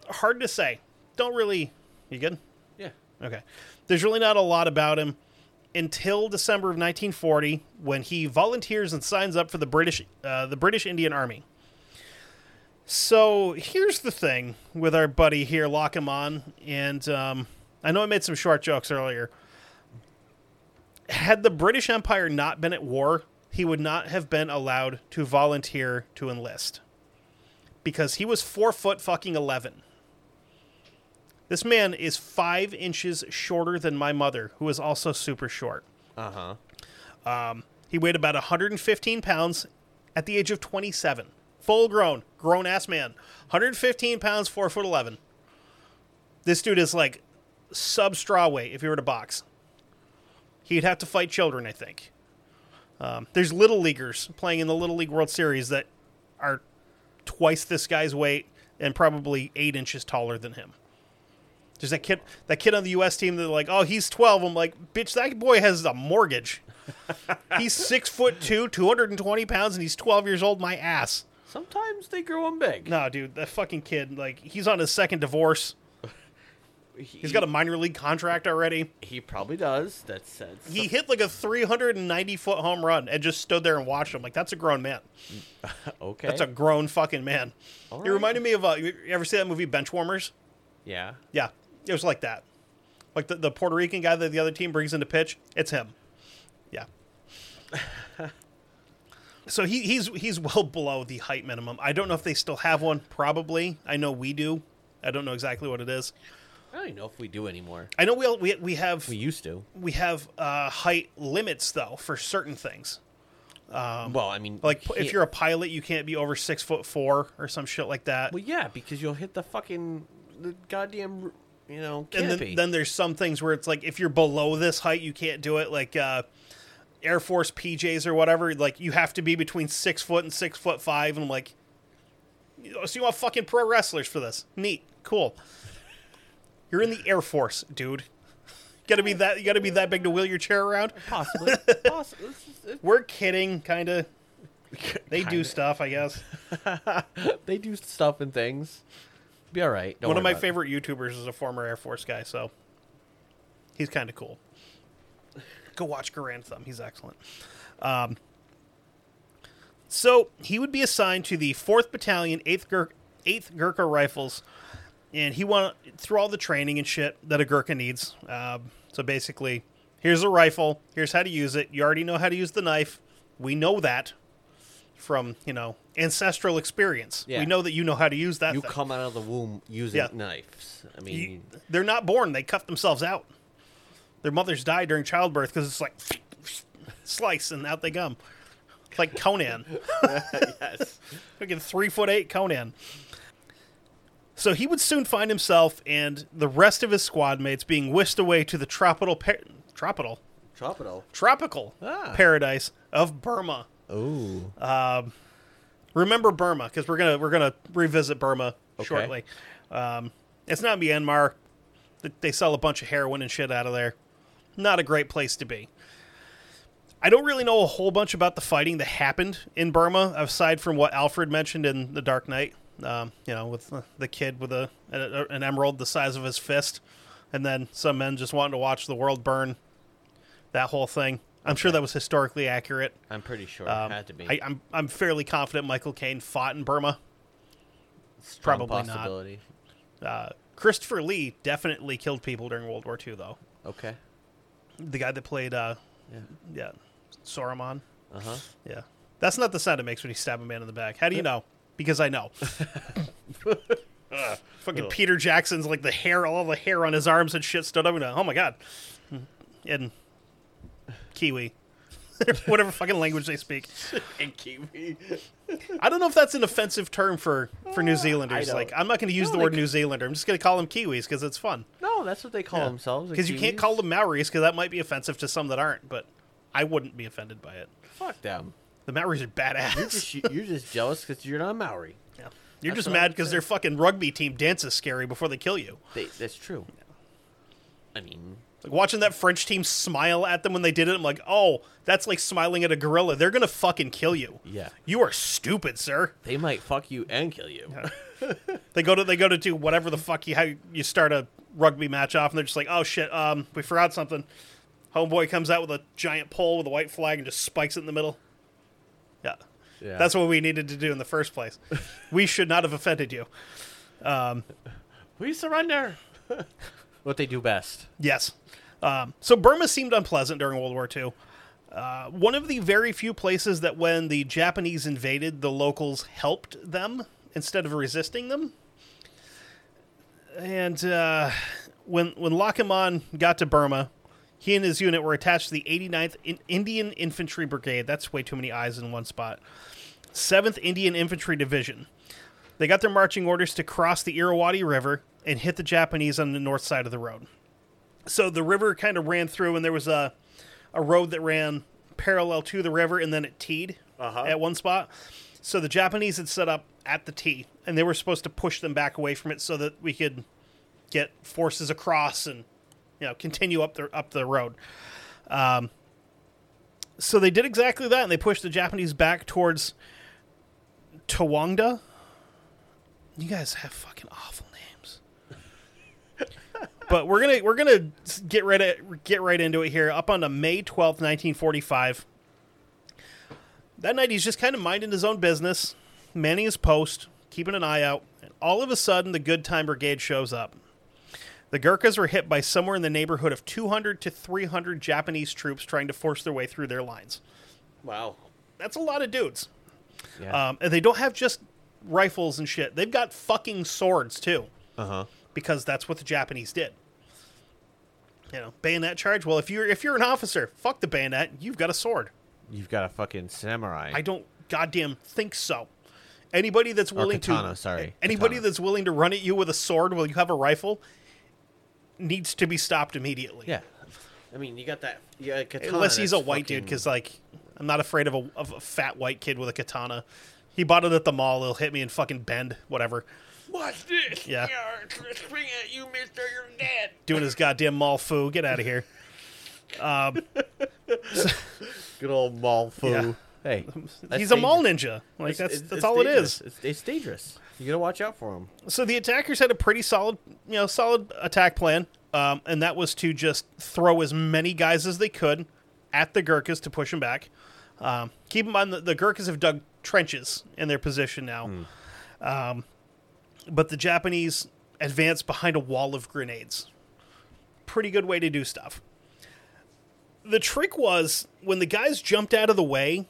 Speaker 1: Hard to say. Don't really. You good?
Speaker 2: Yeah.
Speaker 1: Okay. There's really not a lot about him until December of 1940 when he volunteers and signs up for the British uh, the British Indian Army. So here's the thing with our buddy here, lock him on, and um, I know I made some short jokes earlier. Had the British Empire not been at war, he would not have been allowed to volunteer to enlist because he was four foot fucking eleven. This man is five inches shorter than my mother, who is also super short. Um,
Speaker 2: Uh huh.
Speaker 1: He weighed about 115 pounds at the age of 27. Full grown, grown ass man. 115 pounds, 4 foot 11. This dude is like sub straw weight if he were to box. He'd have to fight children, I think. Um, there's little leaguers playing in the Little League World Series that are twice this guy's weight and probably eight inches taller than him. There's that kid, that kid on the U.S. team. They're like, "Oh, he's 12." I'm like, "Bitch, that boy has a mortgage." he's six foot two, two hundred and twenty pounds, and he's twelve years old. My ass.
Speaker 2: Sometimes they grow them big.
Speaker 1: No, dude, that fucking kid. Like, he's on his second divorce.
Speaker 2: he,
Speaker 1: He's got a minor league contract already.
Speaker 2: He probably does. That's that's.
Speaker 1: He hit like a three hundred and ninety foot home run and just stood there and watched him. Like, that's a grown man.
Speaker 2: okay.
Speaker 1: That's a grown fucking man.
Speaker 2: All
Speaker 1: It
Speaker 2: right.
Speaker 1: reminded me of uh, you ever see that movie Benchwarmers?
Speaker 2: yeah.
Speaker 1: Yeah, it was like that. Like the, the Puerto Rican guy that the other team brings into pitch, it's him. Yeah. so he, he's he's well below the height minimum. I don't know if they still have one. Probably. I know we do. I don't know exactly what it is.
Speaker 2: I don't even know if we do anymore.
Speaker 1: I know we all, we we have
Speaker 2: We used to.
Speaker 1: we have uh, height limits though for certain things.
Speaker 2: well, I mean,
Speaker 1: Um, Like
Speaker 2: he-
Speaker 1: if you're a pilot, you can't be over six foot four or some shit like that.
Speaker 2: Well, yeah, because you'll hit the fucking the goddamn you know
Speaker 1: and
Speaker 2: canopy.
Speaker 1: then, then there's some things where it's like if you're below this height you can't do it like uh air force pjs or whatever like you have to be between six foot and six foot five and I'm like So you want fucking pro wrestlers for this? Neat, cool. You're in the Air Force, dude. You gotta be that. You gotta be that big to wheel your chair around.
Speaker 2: Possibly. Possibly.
Speaker 1: We're kidding, kind of. They do stuff, I guess.
Speaker 2: they do stuff and things. Be all right. Don't
Speaker 1: One of
Speaker 2: worry
Speaker 1: my
Speaker 2: about it.
Speaker 1: favorite YouTubers is a former Air Force guy, so he's kind of cool. Go watch Garand Thumb; he's excellent. Um, so he would be assigned to the Fourth Battalion, Eighth Gur- Eighth Gurkha Rifles, and he went through all the training and shit that a Gurkha needs. Um, so basically, here's a rifle. Here's how to use it. You already know how to use the knife. We know that from you know ancestral experience.
Speaker 2: Yeah.
Speaker 1: We know that you know how to use that.
Speaker 2: You
Speaker 1: thing.
Speaker 2: come out of the womb using
Speaker 1: Yeah.
Speaker 2: knives. I mean,
Speaker 1: You- they're not born. They cut themselves out. Their mothers die during childbirth because it's like slice and out they come. It's like Conan.
Speaker 2: yes.
Speaker 1: Fucking three foot eight Conan. So he would soon find himself and the rest of his squad mates being whisked away to the tropical, par- tropical,
Speaker 2: Tropital.
Speaker 1: tropical
Speaker 2: Ah.
Speaker 1: paradise of Burma.
Speaker 2: Oh.
Speaker 1: remember Burma because we're gonna we're gonna revisit Burma
Speaker 2: Okay.
Speaker 1: shortly. Um, it's not Myanmar. Th- They sell a bunch of heroin and shit out of there. Not a great place to be. I don't really know a whole bunch about the fighting that happened in Burma, aside from what Alfred mentioned in The Dark Knight. Um, you know, with the, the kid with a, a an emerald the size of his fist, and then some men just wanting to watch the world burn. That whole thing. I'm sure that was historically accurate.
Speaker 2: I'm pretty sure
Speaker 1: Um,
Speaker 2: it had to be.
Speaker 1: I, I'm I'm fairly confident Michael Caine fought in Burma.
Speaker 2: Strong
Speaker 1: probably not.
Speaker 2: possibility.
Speaker 1: Uh, Christopher Lee definitely killed people during World War II, though.
Speaker 2: Okay.
Speaker 1: The guy that played, uh,
Speaker 2: Yeah.
Speaker 1: yeah, Saruman.
Speaker 2: Uh huh.
Speaker 1: Yeah, that's not the sound it makes when you stab a man in the back. How do you know? Because I know. Ugh, fucking Peter Jackson's like the hair, all the hair on his arms and shit stood up. And uh, oh my god, and Kiwi, whatever fucking language they speak.
Speaker 2: And Kiwi. Uh,
Speaker 1: I don't know if that's an offensive term for for New Zealanders.
Speaker 2: don't-
Speaker 1: Like, I'm not going to use
Speaker 2: No,
Speaker 1: the
Speaker 2: they
Speaker 1: word
Speaker 2: c-
Speaker 1: New Zealander. I'm just going to call them Kiwis because it's fun.
Speaker 2: No, that's what they call
Speaker 1: Yeah.
Speaker 2: themselves. the
Speaker 1: Because you can't
Speaker 2: Kiwis.
Speaker 1: call them Maoris because that might be offensive to some that aren't. But I wouldn't be offended by it.
Speaker 2: Fuck them.
Speaker 1: The Maoris are
Speaker 2: You're
Speaker 1: badass.
Speaker 2: just, you're just jealous because you're not Maori.
Speaker 1: Yeah. You're
Speaker 2: That's
Speaker 1: just
Speaker 2: what I
Speaker 1: mad
Speaker 2: would
Speaker 1: because
Speaker 2: say.
Speaker 1: their fucking rugby team dances scary before they kill you.
Speaker 2: They, that's true. I mean,
Speaker 1: Like watching that French team smile at them when they did it, I'm like, oh, that's like smiling at a gorilla. They're gonna fucking kill you.
Speaker 2: Yeah.
Speaker 1: You are stupid, sir.
Speaker 2: they might fuck you and kill you.
Speaker 1: They go to they go to do whatever the fuck you how you start a rugby match off, and they're just like, oh shit, um, we forgot something. Homeboy comes out with a giant pole with a white flag and just spikes it in the middle. Yeah,
Speaker 2: Yeah.
Speaker 1: that's what we needed to do in the first place. we should not have offended you.
Speaker 2: we surrender. what they do best.
Speaker 1: Yes. Um, so Burma seemed unpleasant during World War II. Uh, one of the very few places that when the Japanese invaded, the locals helped them instead of resisting them. And uh, when when Lakamon got to Burma, he and his unit were attached to the 89th In- Indian Infantry Brigade. That's way too many eyes in one spot. 7th Indian Infantry Division. They got their marching orders to cross the Irrawaddy River and hit the Japanese on the north side of the road so the river kind of ran through and there was a a road that ran parallel to the river and then it teed at one spot so the japanese had set up at the tee and they were supposed to push them back away from it so that we could get forces across and you know continue up the up the road um, so they did exactly that and they pushed the japanese back towards Tawangda. you guys have fucking awful names but we're gonna we're gonna get right at, get right into it here. Up on to May twelfth, nineteen forty five. That night, he's just kind of minding his own business, manning his post, keeping an eye out, and all of a sudden, the Good Time Brigade shows up. The Gurkhas were hit by somewhere in the neighborhood of 200 to 300 Japanese troops trying to force their way through their lines.
Speaker 2: Wow.
Speaker 1: That's a lot of dudes.
Speaker 2: Yeah.
Speaker 1: Um, and they don't have just rifles and shit, they've got fucking swords, too
Speaker 2: Uh huh.
Speaker 1: because that's what the Japanese did. You know, bayonet charge. Well, if you're if you're an officer, fuck the bayonet. You've got a sword.
Speaker 2: You've got a fucking samurai.
Speaker 1: I don't goddamn think so. Anybody that's willing
Speaker 2: katana,
Speaker 1: to
Speaker 2: sorry,
Speaker 1: anybody
Speaker 2: katana.
Speaker 1: that's willing to run at you with a sword while you have a rifle needs to be stopped immediately.
Speaker 2: yeah. I mean, you got that. You got a katana
Speaker 1: unless he's a
Speaker 2: that's
Speaker 1: white dude,
Speaker 2: fucking-
Speaker 1: because like I'm not afraid of a of a fat white kid with a katana. He bought it at the mall. He'll hit me and fucking bend, whatever.
Speaker 2: What's this?
Speaker 1: Yeah.
Speaker 2: Spring at you, mister. You're dead.
Speaker 1: Doing his goddamn mall foo. Get out of here.
Speaker 2: Good old mall foo.
Speaker 1: Yeah.
Speaker 2: Hey, that's
Speaker 1: He's a mall
Speaker 2: dangerous.
Speaker 1: ninja. Like that's
Speaker 2: It's-
Speaker 1: that's
Speaker 2: it's
Speaker 1: all it
Speaker 2: dangerous.
Speaker 1: is.
Speaker 2: It's, it's dangerous. You gotta watch out for him.
Speaker 1: So the attackers had a pretty solid, you know, solid attack plan, um, and that was to just throw as many guys as they could at the Gurkhas to push them back. Um, keep in mind that the Gurkhas have dug trenches in their position now, um, but the Japanese advanced behind a wall of grenades. Pretty good way to do stuff. The trick was when the guys jumped out of the way,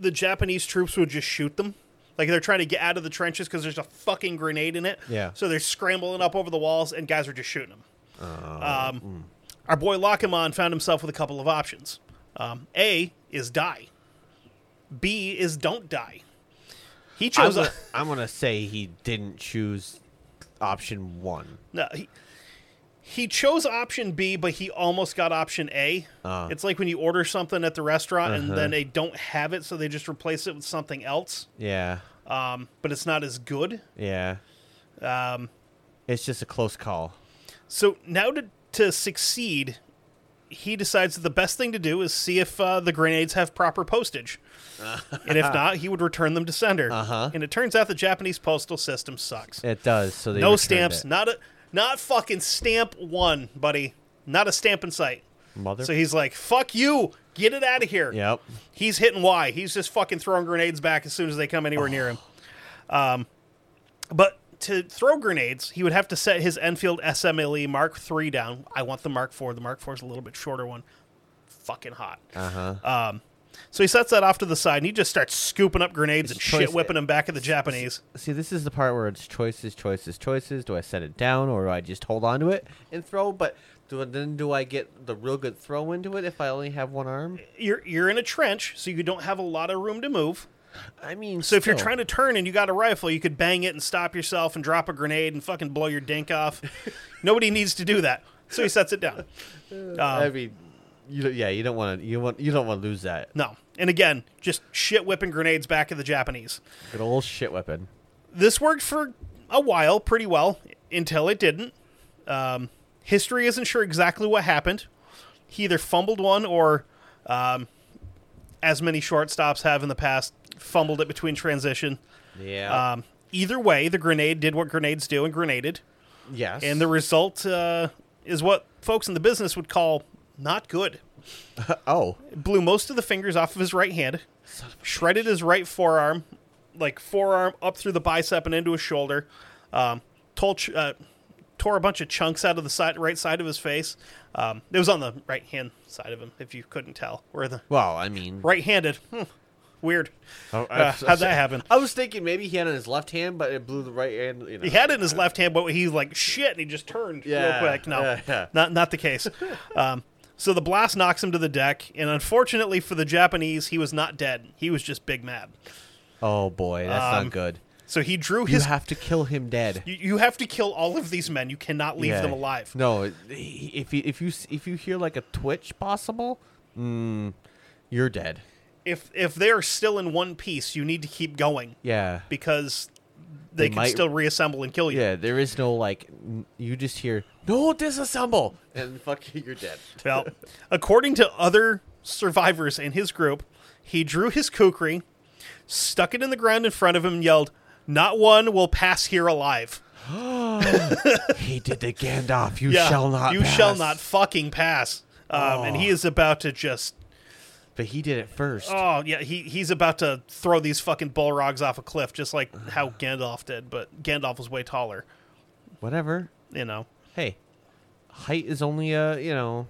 Speaker 1: the Japanese troops would just shoot them. Like they're trying to get out of the trenches because there's a fucking grenade in it.
Speaker 2: Yeah.
Speaker 1: So they're scrambling up over the walls, and guys are just shooting them. um, Our boy Lockemon found himself with a couple of options. Um, a is die. B is don't die. He
Speaker 2: I'm
Speaker 1: chose a
Speaker 2: gonna, I'm gonna say he didn't choose option one.
Speaker 1: no. He, he chose option B, but he almost got option A.
Speaker 2: Ah.
Speaker 1: It's like when you order something at the restaurant
Speaker 2: Uh-huh.
Speaker 1: and then they don't have it, so they just replace it with something else.
Speaker 2: Yeah,
Speaker 1: Um, but it's not as good.
Speaker 2: yeah.
Speaker 1: Um,
Speaker 2: It's just a close call.
Speaker 1: So now to to succeed, he decides that the best thing to do is see if uh, the grenades have proper postage, and if not, he would return them to sender.
Speaker 2: Uh-huh.
Speaker 1: And it turns out the Japanese postal system sucks.
Speaker 2: It does. So they
Speaker 1: no
Speaker 2: returned
Speaker 1: stamps,
Speaker 2: it.
Speaker 1: not a not fucking stamp one, buddy. Not a stamp in sight.
Speaker 2: Mother.
Speaker 1: So he's like, "Fuck you, get it out of here."
Speaker 2: yep.
Speaker 1: He's hitting Y. He's just fucking throwing grenades back as soon as they come anywhere near him. Um, but to throw grenades, he would have to set his Enfield SMLE E Mark III down. I want the Mark IV. The Mark IV is a little bit shorter one. Fucking hot. Um,
Speaker 2: Uh huh.
Speaker 1: So he sets that off to the side and he just starts scooping up grenades and
Speaker 2: choice-
Speaker 1: shit whipping them back at the Japanese.
Speaker 2: See, this is the part where it's choices, choices, choices. Do I set it down or do I just hold on to it and throw? But do, then do I get the real good throw into it if I only have one arm?
Speaker 1: You're you're in a trench, so you don't have a lot of room to move.
Speaker 2: I mean,
Speaker 1: So if you're trying to turn and you got a rifle, you could bang it and stop yourself and drop a grenade and fucking blow your dink off. Nobody needs to do that. So he sets it down. um,
Speaker 2: I mean, you don't- yeah, you don't want to. You want you don't want to lose that
Speaker 1: No. And again, just shit whipping grenades back at the Japanese.
Speaker 2: good old shit weapon.
Speaker 1: This worked for a while pretty well until it didn't. Um, history isn't sure exactly what happened. He either fumbled one or, um, as many shortstops have in the past, fumbled it between transition.
Speaker 2: Yeah.
Speaker 1: Um, either way, the grenade did what grenades do and grenaded.
Speaker 2: yes.
Speaker 1: And the result uh, is what folks in the business would call not good.
Speaker 2: oh,
Speaker 1: blew most of the fingers off of his right hand, shredded his right forearm, like forearm up through the bicep and into his shoulder, um, tore, ch- uh, tore a bunch of chunks out of the side, right side of his face. Um, it was on the right hand side of him, if you couldn't tell. Or the
Speaker 2: well, I mean,
Speaker 1: right handed. Hmm. Weird.
Speaker 2: Oh,
Speaker 1: Uh, how'd that happen?
Speaker 2: I was thinking maybe he had it in his left hand, but it blew the right hand. You know.
Speaker 1: He had it in his left hand, but he like shit, and he just turned
Speaker 2: Yeah,
Speaker 1: real quick. No,
Speaker 2: yeah, yeah.
Speaker 1: not not the case. um, so the blast knocks him to the deck, and unfortunately for the Japanese, he was not dead. He was just big mad.
Speaker 2: Oh boy, that's
Speaker 1: Um,
Speaker 2: not good.
Speaker 1: So he drew
Speaker 2: You
Speaker 1: his
Speaker 2: have to kill him dead.
Speaker 1: You, you have to kill all of these men. You cannot leave
Speaker 2: Yeah.
Speaker 1: them alive.
Speaker 2: No, i- if you, if you s- if you hear like a twitch possible, mm, you're dead.
Speaker 1: If if they are still in one piece, you need to keep going
Speaker 2: Yeah,
Speaker 1: because they,
Speaker 2: They
Speaker 1: can
Speaker 2: might-
Speaker 1: still reassemble and kill you.
Speaker 2: yeah. There is no like. n- You just hear no disassemble, and fuck you, you're dead.
Speaker 1: Well, according to other survivors in his group, he drew his kukri, stuck it in the ground in front of him, and yelled, "Not one will pass here alive."
Speaker 2: he did the Gandalf. You
Speaker 1: Yeah,
Speaker 2: shall not.
Speaker 1: You shall
Speaker 2: pass." Oh.
Speaker 1: not fucking pass. Um, And he is about to just.
Speaker 2: But he did it first.
Speaker 1: Oh yeah, he he's about to throw these fucking bullrogs off a cliff, just like how Gandalf did. But Gandalf was way taller.
Speaker 2: Whatever.
Speaker 1: you know.
Speaker 2: hey, height is only a you know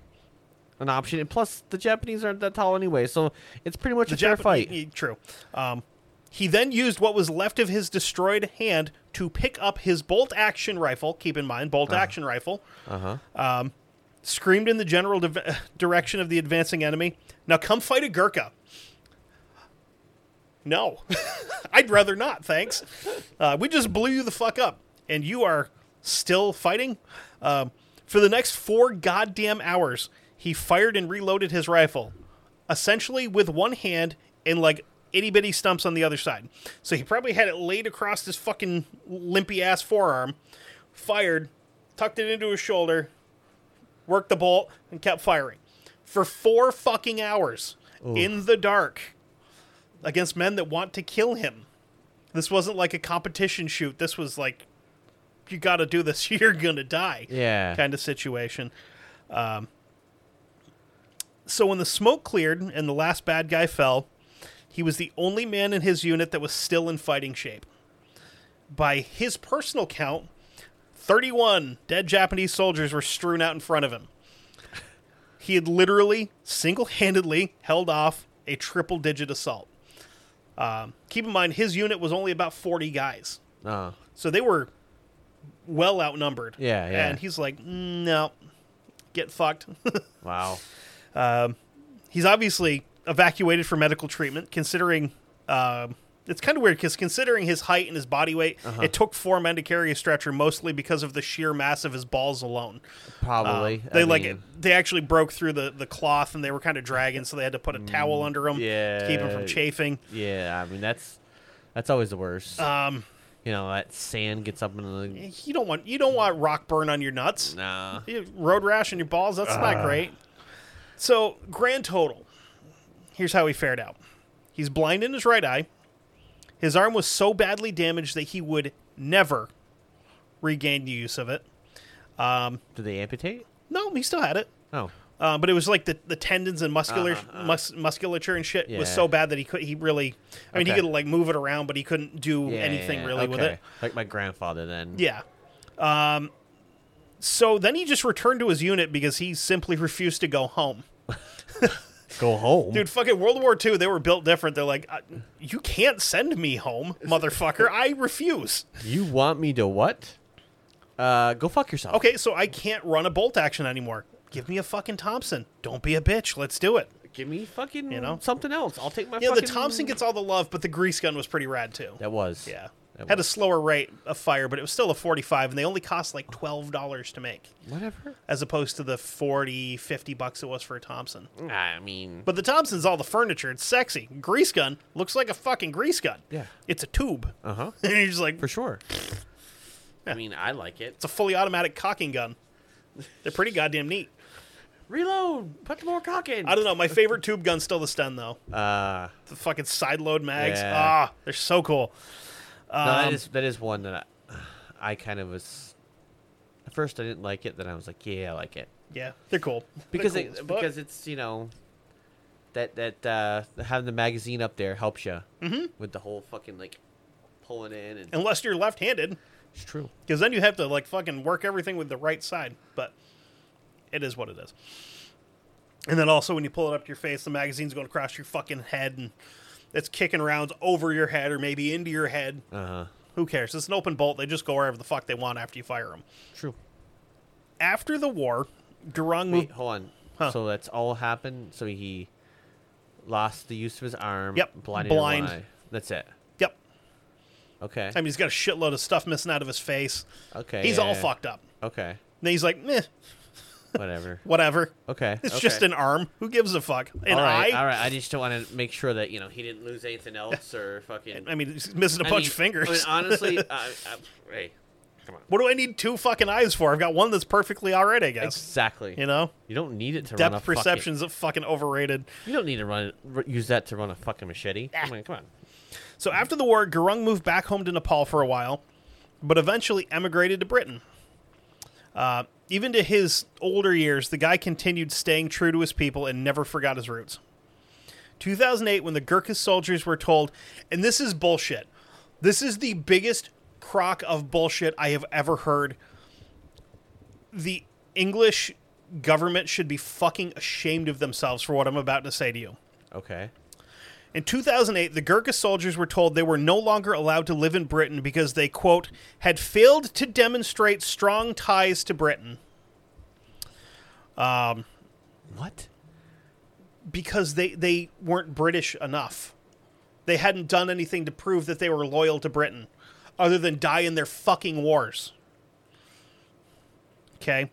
Speaker 2: an option. And plus, the Japanese aren't that tall anyway, so it's pretty much a fair
Speaker 1: Jap-
Speaker 2: fight.
Speaker 1: y- y- True. Um, he then used what was left of his destroyed hand to pick up his bolt action rifle. Keep in mind,
Speaker 2: Uh-huh.
Speaker 1: bolt action rifle. Uh huh. Um, screamed in the general div- direction of the advancing enemy. Now come fight a Gurkha. No, I'd rather not. Thanks. Uh, we just blew you the fuck up, and you are still fighting. Um, for the next four goddamn hours, he fired and reloaded his rifle, essentially with one hand and like itty bitty stumps on the other side. So he probably had it laid across his fucking limpy ass forearm, fired, tucked it into his shoulder, worked the bolt, and kept firing for four fucking hours in the dark against men that want to kill him. This wasn't like a competition shoot. This was like, you got to do this, you're going to die
Speaker 2: Yeah.
Speaker 1: kind of situation. Um, so when the smoke cleared and the last bad guy fell, he was the only man in his unit that was still in fighting shape. By his personal count, 31 dead Japanese soldiers were strewn out in front of him. He had literally single handedly held off a triple digit assault. Um, keep in mind, his unit was only about 40 guys.
Speaker 2: Oh.
Speaker 1: So they were well outnumbered.
Speaker 2: Yeah, yeah.
Speaker 1: And he's like, "Mm, no, get fucked.
Speaker 2: Wow.
Speaker 1: he's obviously evacuated for medical treatment, considering. Um, it's kind of weird because considering his height and his body weight,
Speaker 2: Uh-huh.
Speaker 1: it took four men to carry a stretcher, mostly because of the sheer mass of his balls alone. Um,
Speaker 2: Probably. I
Speaker 1: they like
Speaker 2: mean,
Speaker 1: they actually broke through the, the cloth and they were kind of dragging, so they had to put a towel under them to keep them
Speaker 2: Mm, yeah.
Speaker 1: from chafing.
Speaker 2: Yeah, I mean that's that's always the worst. Um, you know that sand gets up in the
Speaker 1: You don't want you don't want rock burn on your nuts.
Speaker 2: nah.
Speaker 1: Yeah, road rash on your balls. That's not great. So, grand total. Here's how he fared out. He's blind in his right eye. His arm was so badly damaged that he would never regain the use of it.
Speaker 2: Do they amputate?
Speaker 1: No, he still had it.
Speaker 2: Oh,
Speaker 1: Uh, but it was like the, the tendons and muscular Mus- musculature and shit was
Speaker 2: Uh-huh, Yeah.
Speaker 1: so bad that he could he really I mean he
Speaker 2: Okay.
Speaker 1: could like move it around but he couldn't do
Speaker 2: yeah,
Speaker 1: anything
Speaker 2: yeah,
Speaker 1: really with
Speaker 2: okay.
Speaker 1: it.
Speaker 2: Like my grandfather then.
Speaker 1: Yeah. Um, so then he just returned to his unit because he simply refused to go home.
Speaker 2: Go home,
Speaker 1: Dude, fucking World War II, they were built different. They're like, "Uh, you can't send me home, motherfucker. I refuse.
Speaker 2: You want me to what? Uh, go fuck yourself.
Speaker 1: Okay, so I can't run a bolt action anymore. Give me a fucking Thompson. Don't be a bitch. Let's do it.
Speaker 2: Give me fucking you
Speaker 1: know?
Speaker 2: know something else. I'll take my.
Speaker 1: You know, the
Speaker 2: fucking...
Speaker 1: Thompson gets all the love, but the grease gun was pretty rad too.
Speaker 2: That was.
Speaker 1: Yeah.
Speaker 2: That
Speaker 1: Had a
Speaker 2: was-
Speaker 1: slower rate of fire, but it was still a 45, and they only cost like $12 to make,
Speaker 2: Whatever.
Speaker 1: as opposed to the 40, 50 bucks it was for a Thompson.
Speaker 2: I mean.
Speaker 1: Mm. But the Thompson's all the furniture. It's sexy. Grease gun looks like a fucking grease gun.
Speaker 2: Yeah.
Speaker 1: It's a tube.
Speaker 2: Uh huh.
Speaker 1: and you're just like,
Speaker 2: For sure.
Speaker 1: Yeah.
Speaker 2: I mean, I like it.
Speaker 1: It's a fully automatic cocking gun. They're pretty goddamn neat.
Speaker 2: Reload. Put more cock in.
Speaker 1: I don't know. My favorite tube gun's still the Stun though.
Speaker 2: Uh,
Speaker 1: The fucking side load mags.
Speaker 2: Yeah.
Speaker 1: Ah, they're so cool.
Speaker 2: no,
Speaker 1: Um,
Speaker 2: that is that is one that I, I kind of was. At first, I didn't like it. Then I was like, yeah, I like it
Speaker 1: Yeah, they're cool. They're
Speaker 2: because
Speaker 1: cool as
Speaker 2: it,
Speaker 1: fuck.
Speaker 2: because it's you know. That that uh, having the magazine up there helps you
Speaker 1: Mm-hmm.
Speaker 2: with the whole fucking like pulling in and
Speaker 1: unless you're left-handed,
Speaker 2: it's true.
Speaker 1: because then you have to like fucking work everything with the right side. But it is what it is. And then also when you pull it up to your face, the magazine's going across your fucking head and it's kicking rounds over your head or maybe into your head.
Speaker 2: Uh huh.
Speaker 1: Who cares? It's an open bolt. They just go wherever the fuck they want after you fire them.
Speaker 2: True.
Speaker 1: After the war, Durang
Speaker 2: Wait,
Speaker 1: moved
Speaker 2: hold on.
Speaker 1: Huh.
Speaker 2: So that's all happened. So he lost the use of his arm.
Speaker 1: Yep,
Speaker 2: Blinded in one
Speaker 1: blind.
Speaker 2: eye. That's it.
Speaker 1: Yep.
Speaker 2: Okay.
Speaker 1: I mean, he's got a shitload of stuff missing out of his face.
Speaker 2: Okay.
Speaker 1: He's
Speaker 2: yeah,
Speaker 1: all
Speaker 2: yeah.
Speaker 1: fucked up.
Speaker 2: Okay.
Speaker 1: And he's like, meh,
Speaker 2: Whatever.
Speaker 1: whatever.
Speaker 2: Okay.
Speaker 1: It's
Speaker 2: okay.
Speaker 1: just an arm. Who gives a fuck? An
Speaker 2: all right.
Speaker 1: eye?
Speaker 2: All right. I just don't want to make sure that you know he didn't lose anything else or fucking.
Speaker 1: I mean, he's missing a
Speaker 2: I
Speaker 1: bunch
Speaker 2: mean-
Speaker 1: of fingers.
Speaker 2: I mean, honestly, I, I, hey, come on.
Speaker 1: what do I need two fucking eyes for? I've got one that's perfectly all right, I guess.
Speaker 2: Exactly.
Speaker 1: You know?
Speaker 2: you don't need it to run a
Speaker 1: Depth
Speaker 2: fucking-
Speaker 1: perception's a fucking overrated.
Speaker 2: you don't need to run r- use that to run a fucking machete. Come on, come on.
Speaker 1: So after the war, Gurung moved back home to Nepal for a while, but eventually emigrated to Britain. Uh, even to his older years, the guy continued staying true to his people and never forgot his roots. 2008, when the Gurkha soldiers were told, and this is bullshit. This is the biggest crock of bullshit I have ever heard. The English government should be fucking ashamed of themselves for what I'm about to say to you.
Speaker 2: Okay.
Speaker 1: In 2008, the Gurkha soldiers were told they were no longer allowed to live in Britain because they, quote, had failed to demonstrate strong ties to Britain
Speaker 2: What?
Speaker 1: because they, they weren't British enough. They hadn't done anything to prove that they were loyal to Britain other than die in their fucking wars. Okay.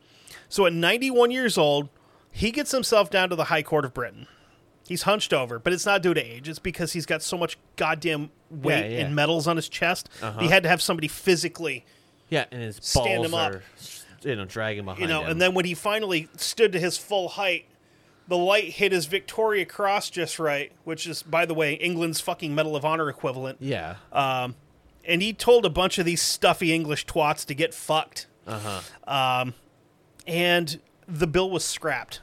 Speaker 1: So at 91 years old, he gets himself down to the High Court of Britain. He's hunched over, but it's not due to age. It's because he's got so much goddamn weight
Speaker 2: yeah.
Speaker 1: and metals on his chest.
Speaker 2: Uh-huh.
Speaker 1: He had to have somebody physically,
Speaker 2: Yeah, and his
Speaker 1: Stand
Speaker 2: balls
Speaker 1: him up.
Speaker 2: are, you know, dragging behind
Speaker 1: you know.
Speaker 2: him.
Speaker 1: And then when he finally stood to his full height, the light hit his Victoria Cross just right, which is, by the way, England's fucking Medal of Honor equivalent.
Speaker 2: yeah,
Speaker 1: Uh, And he told a bunch of these stuffy English twats to get fucked. Um,
Speaker 2: uh huh.
Speaker 1: And the bill was scrapped.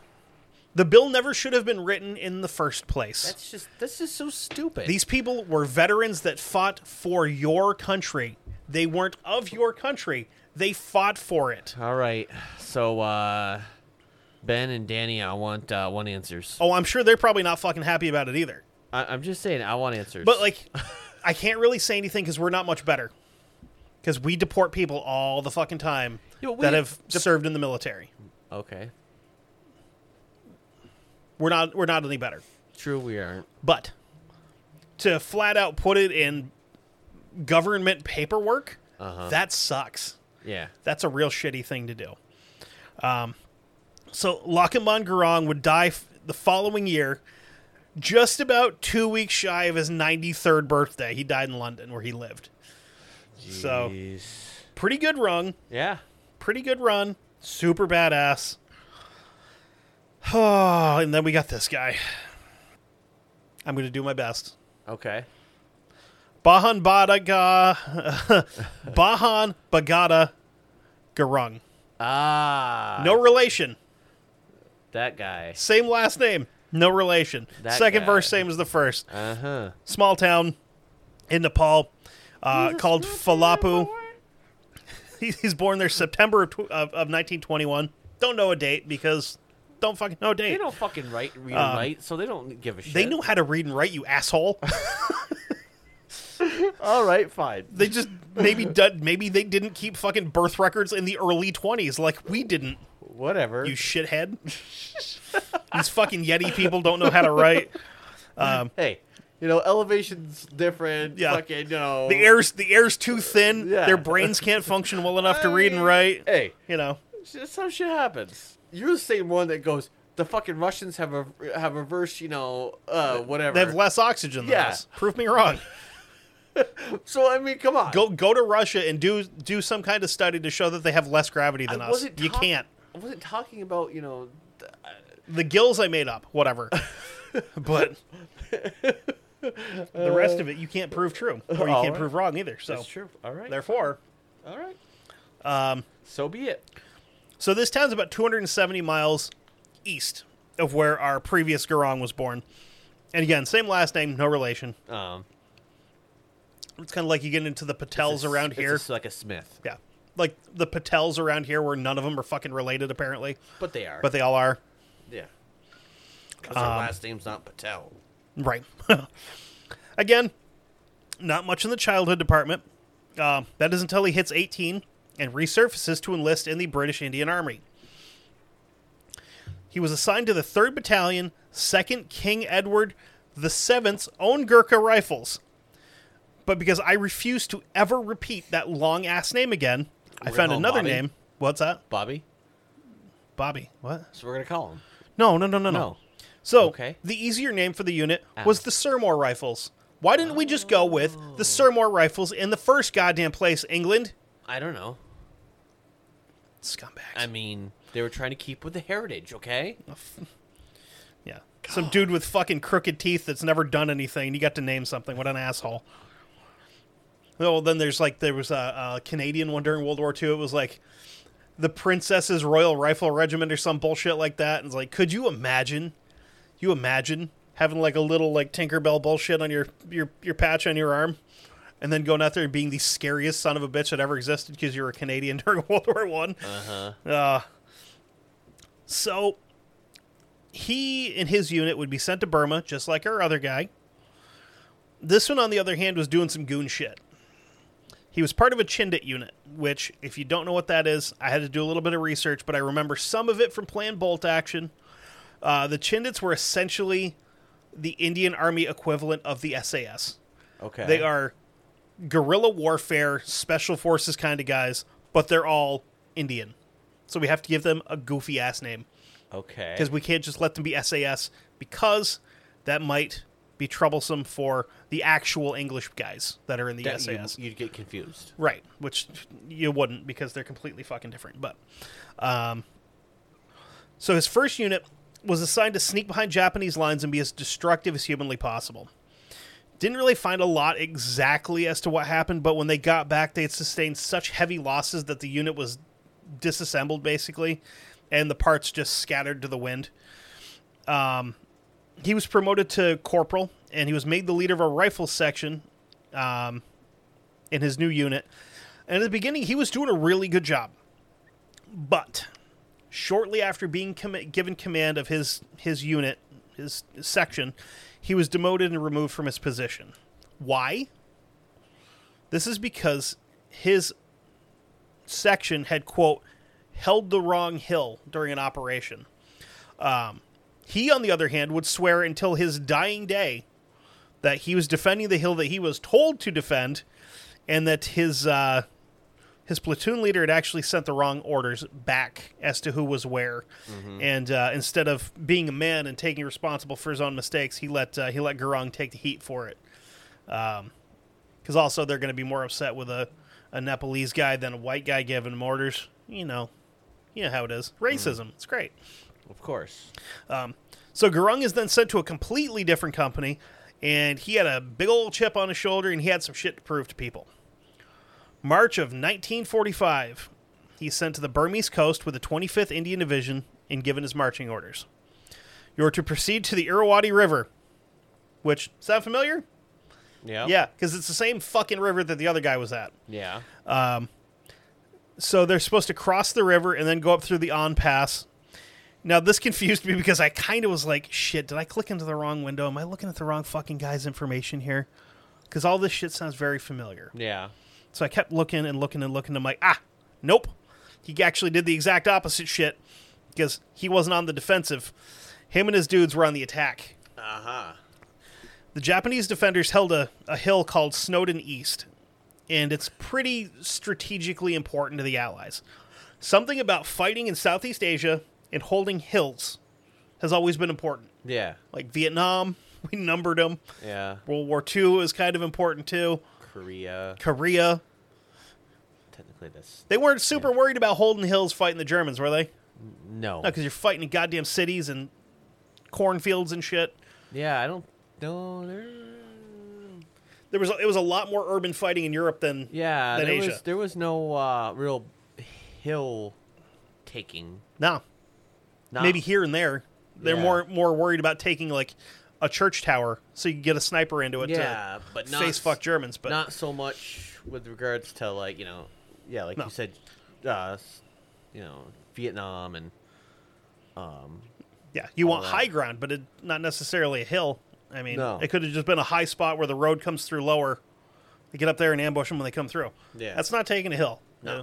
Speaker 1: The bill never should have been written in the first place.
Speaker 2: That's just that's just so stupid.
Speaker 1: These people were veterans that fought for your country. They weren't of your country. They fought for it.
Speaker 2: All right, so uh, Ben and Danny, I want uh, one answers.
Speaker 1: Oh, I'm sure they're probably not fucking happy about it either.
Speaker 2: I- I'm just saying, I want answers.
Speaker 1: But like, I can't really say anything because we're not much better. Because we deport people all the fucking time
Speaker 2: Yeah, but we-
Speaker 1: that have
Speaker 2: the-
Speaker 1: served in the military.
Speaker 2: okay,
Speaker 1: We're not. We're not any better.
Speaker 2: true, we aren't.
Speaker 1: But to flat out put it in government paperwork,
Speaker 2: Uh-huh.
Speaker 1: that sucks.
Speaker 2: Yeah,
Speaker 1: That's a real shitty thing to do. Um, so Lakamon Garong would die f- the following year, just about two weeks shy of his 93rd birthday. He died in London, where he lived. So
Speaker 2: Jeez.
Speaker 1: pretty good run,
Speaker 2: yeah,
Speaker 1: pretty good run, super badass. Oh, and then we got this guy. I'm going to do my best.
Speaker 2: okay,
Speaker 1: Bahan Badaga, Bahan Bagada Garung.
Speaker 2: ah,
Speaker 1: No relation.
Speaker 2: that guy,
Speaker 1: Same last name, no relation.
Speaker 2: That
Speaker 1: Second
Speaker 2: guy.
Speaker 1: verse, same as the first.
Speaker 2: uh huh.
Speaker 1: Small town in Nepal uh, called Falapu. He- He's born there September of, tw- of, of 1921. Don't know a date because don't fucking know a
Speaker 2: They
Speaker 1: date.
Speaker 2: don't fucking write, read, or write, so they don't give a shit.
Speaker 1: Um, They know how to read and write, you asshole.
Speaker 2: All right, fine.
Speaker 1: they just maybe did, maybe they didn't keep fucking birth records in the early 20s like we didn't.
Speaker 2: Whatever.
Speaker 1: You shithead. These fucking Yeti people don't know how to write.
Speaker 2: hey, you know, elevation's different.
Speaker 1: Yeah.
Speaker 2: Fucking, you know.
Speaker 1: The air's the air's too thin.
Speaker 2: Oh. Yeah.
Speaker 1: Their brains can't function well enough to read and write.
Speaker 2: Hey,
Speaker 1: You know.
Speaker 2: it's just how shit happens. You're the same one that goes, the fucking Russians have a have reverse, you know, uh, whatever.
Speaker 1: They have less oxygen than
Speaker 2: Yeah.
Speaker 1: us. Prove me wrong.
Speaker 2: so, I mean, come on.
Speaker 1: Go go to Russia and do do some kind of study to show that they have less gravity
Speaker 2: I
Speaker 1: than us.
Speaker 2: wasn't
Speaker 1: You
Speaker 2: talk-
Speaker 1: can't.
Speaker 2: I wasn't talking about, you know, th-
Speaker 1: The gills I made up, whatever. but the rest of it you can't prove true. Or you
Speaker 2: all
Speaker 1: can't
Speaker 2: right.
Speaker 1: prove wrong either. So
Speaker 2: Oh. that's true. All right.
Speaker 1: therefore
Speaker 2: All right. Um,
Speaker 1: Um,
Speaker 2: so be it.
Speaker 1: So this town's about 270 miles east of where our previous Garong was born. And again, same last name, no relation.
Speaker 2: Um,
Speaker 1: It's kind of like you get into the Patels
Speaker 2: it's a-
Speaker 1: around here.
Speaker 2: It's like a Smith,
Speaker 1: Yeah. Like the Patels around here, where none of them are fucking related, apparently,
Speaker 2: but they are.
Speaker 1: but Um, they all are.
Speaker 2: yeah. Because their last name's not Patel.
Speaker 1: Right. Again, not much in the childhood department. Uh, that is until he hits 18 and resurfaces to enlist in the British Indian Army. He was assigned to the 3rd Battalion, 2nd King Edward the Seventh's own Gurkha Rifles. But because I refuse to ever repeat that long ass name again, I
Speaker 2: We're
Speaker 1: found
Speaker 2: home,
Speaker 1: another
Speaker 2: Bobby.
Speaker 1: name. What's that?
Speaker 2: Bobby.
Speaker 1: Bobby. What?
Speaker 2: So we're gonna call him.
Speaker 1: No, no, no, no, no.
Speaker 2: No.
Speaker 1: So
Speaker 2: Okay.
Speaker 1: the easier name for the unit was the Sirmore Rifles. Why didn't we just go with the Sirmore Rifles in the first goddamn place, England?
Speaker 2: I don't know.
Speaker 1: Scumbags.
Speaker 2: I mean, they were trying to keep with the heritage, okay?
Speaker 1: yeah. Some dude with fucking crooked teeth that's never done anything. and You got to name something. What an asshole. Oh, then there's like there was a, a Canadian one during World War II. It was like the Princess's Royal Rifle Regiment or some bullshit like that. And it's like, could you imagine? You imagine having like a little like Tinkerbell bullshit on your your your patch on your arm, and then going out there and being the scariest son of a bitch that ever existed because you were a Canadian during World War One. Uh-huh. So he and his unit would be sent to Burma, just like our other guy. This one, on the other hand, was doing some goon shit. He was part of a Chindit unit, which, if you don't know what that is, I had to do a little bit of research, but I remember some of it from Plan Bolt Action. Uh, the Chindits were essentially the Indian Army equivalent of the SAS.
Speaker 2: Okay.
Speaker 1: They are guerrilla warfare, special forces kind of guys, but they're all Indian. So we have to give them a goofy ass name
Speaker 2: okay.
Speaker 1: because we can't just let them be SAS because that might be troublesome for the actual English guys that are in the
Speaker 2: That you,
Speaker 1: SAS.
Speaker 2: you'd get confused.
Speaker 1: Right, which you wouldn't because they're completely fucking different. But, um, so his first unit was assigned to sneak behind Japanese lines and be as destructive as humanly possible. Didn't really find a lot exactly as to what happened, but when they got back, they had sustained such heavy losses that the unit was disassembled basically, and the parts just scattered to the wind. Um, he was promoted to corporal, and he was made the leader of a rifle section in his new unit. And at the beginning, he was doing a really good job. But shortly after being com- given command of his his unit, his section, he was demoted and removed from his position. Why? This is because his section had quote held the wrong hill during an operation. Um, he, on the other hand, would swear until his dying day that he was defending the hill that he was told to defend, and that his uh, his platoon leader had actually sent the wrong orders back as to who was where, and uh, instead of being a man and taking responsible for his own mistakes, he let uh, he let Gurung take the heat for it. Because also they're going to be more upset with a, a Nepalese guy than a white guy giving them orders. You know, you know how it is. Racism. It's great.
Speaker 2: Of course.
Speaker 1: So Gurung is then sent to a completely different company, and he had a big old chip on his shoulder, and he had some shit to prove to people. March of 1945, he's sent to the Burmese coast with the 25th Indian Division and given his marching orders. You're to proceed to the Irrawaddy River, which sound familiar?
Speaker 2: Yeah.
Speaker 1: Yeah, because it's the same fucking river that the other guy was at.
Speaker 2: Yeah.
Speaker 1: So they're supposed to cross the river and then go up through the on pass. Now this confused me because I kind of was like, shit, did I click into the wrong window? Am I looking at the wrong fucking guy's information here? Because all this shit sounds very familiar.
Speaker 2: Yeah.
Speaker 1: So I kept looking and looking and looking. I'm like, ah, nope. He actually did the exact opposite shit because he wasn't on the defensive. Him and his dudes were on the attack.
Speaker 2: Uh huh.
Speaker 1: The Japanese defenders held a, a hill called Snowden East, and it's pretty strategically important to the Allies. Something about fighting in Southeast Asia and holding hills has always been important.
Speaker 2: Yeah.
Speaker 1: Like Vietnam, we numbered them.
Speaker 2: Yeah.
Speaker 1: World War II is kind of important too.
Speaker 2: Korea.
Speaker 1: Korea.
Speaker 2: Technically, that's
Speaker 1: They weren't super worried about holding hills fighting the Germans, were they?
Speaker 2: no.
Speaker 1: No, because you're fighting in goddamn cities and cornfields and shit.
Speaker 2: yeah, I don't. No. there-
Speaker 1: There was it was a lot more urban fighting in Europe than
Speaker 2: Yeah.
Speaker 1: than
Speaker 2: there
Speaker 1: Asia.
Speaker 2: was there was no uh, real hill taking.
Speaker 1: No,
Speaker 2: Nah.
Speaker 1: maybe here and there. They're
Speaker 2: Yeah.
Speaker 1: more more worried about taking like a church tower so you can get a sniper into it
Speaker 2: Yeah,
Speaker 1: to
Speaker 2: but not
Speaker 1: uh, face fuck Germans. But
Speaker 2: not so much with regards to like you know, yeah, like
Speaker 1: No.
Speaker 2: you said, uh, s- you know, Vietnam and um,
Speaker 1: yeah, you want
Speaker 2: All right.
Speaker 1: high ground, but it, not necessarily a hill. I mean,
Speaker 2: No.
Speaker 1: it could have just been a high spot where the road comes through lower. They get up there and ambush them when they come through.
Speaker 2: Yeah.
Speaker 1: that's not taking a hill.
Speaker 2: No.
Speaker 1: You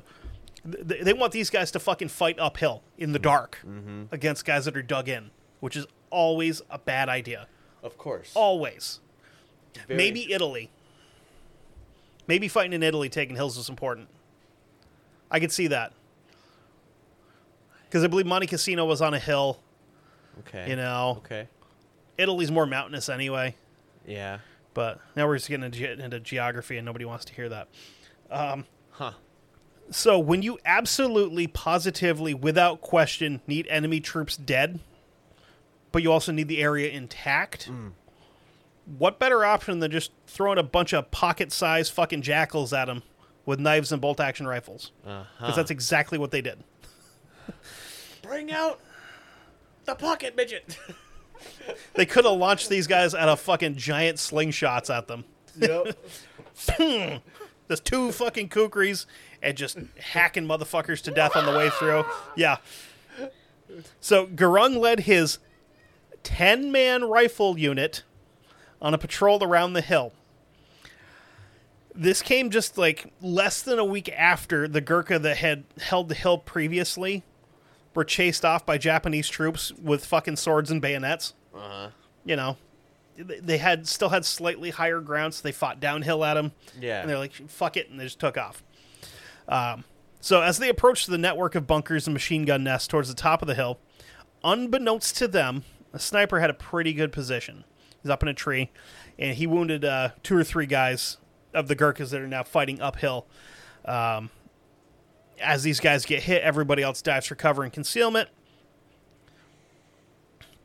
Speaker 1: know? Th- They want these guys to fucking fight uphill in
Speaker 2: Mm-hmm.
Speaker 1: the dark against guys that are dug in, which is always a bad idea.
Speaker 2: of course,
Speaker 1: Always.
Speaker 2: Very-
Speaker 1: Oh, Maybe Italy. Maybe fighting in Italy, taking hills was important. I could see that. Because I believe Monte Cassino was on a hill,
Speaker 2: okay,
Speaker 1: you know.
Speaker 2: okay,
Speaker 1: Italy's more mountainous anyway,
Speaker 2: yeah,
Speaker 1: but now we're just getting into, ge- into geography and nobody wants to hear that.
Speaker 2: huh,
Speaker 1: So, when you absolutely, positively, without question, need enemy troops dead, but you also need the area intact, what better option than just throwing a bunch of pocket sized fucking jackals at them with knives and bolt action rifles?
Speaker 2: uh
Speaker 1: Because that's exactly what they did.
Speaker 2: bring out the pocket midget.
Speaker 1: They could have launched these guys out of fucking giant slingshots at them.
Speaker 2: yep.
Speaker 1: There's two fucking kukris and just hacking motherfuckers to death on the way through. Yeah. So Gurung led his 10 man rifle unit on a patrol around the hill. This came just like less than a week after the Gurkha that had held the hill previously were chased off by Japanese troops with fucking swords and bayonets.
Speaker 2: Uh-huh.
Speaker 1: You know, they they had still had slightly higher ground, so they fought downhill at him.
Speaker 2: Yeah.
Speaker 1: And they're like, fuck it, and they just took off. Um, so as they approached the network of bunkers and machine gun nests towards the top of the hill, unbeknownst to them, a sniper had a pretty good position. He's up in a tree, and he wounded uh, two or three guys of the Gurkhas that are now fighting uphill. Um, as these guys get hit, everybody else dives for cover and concealment.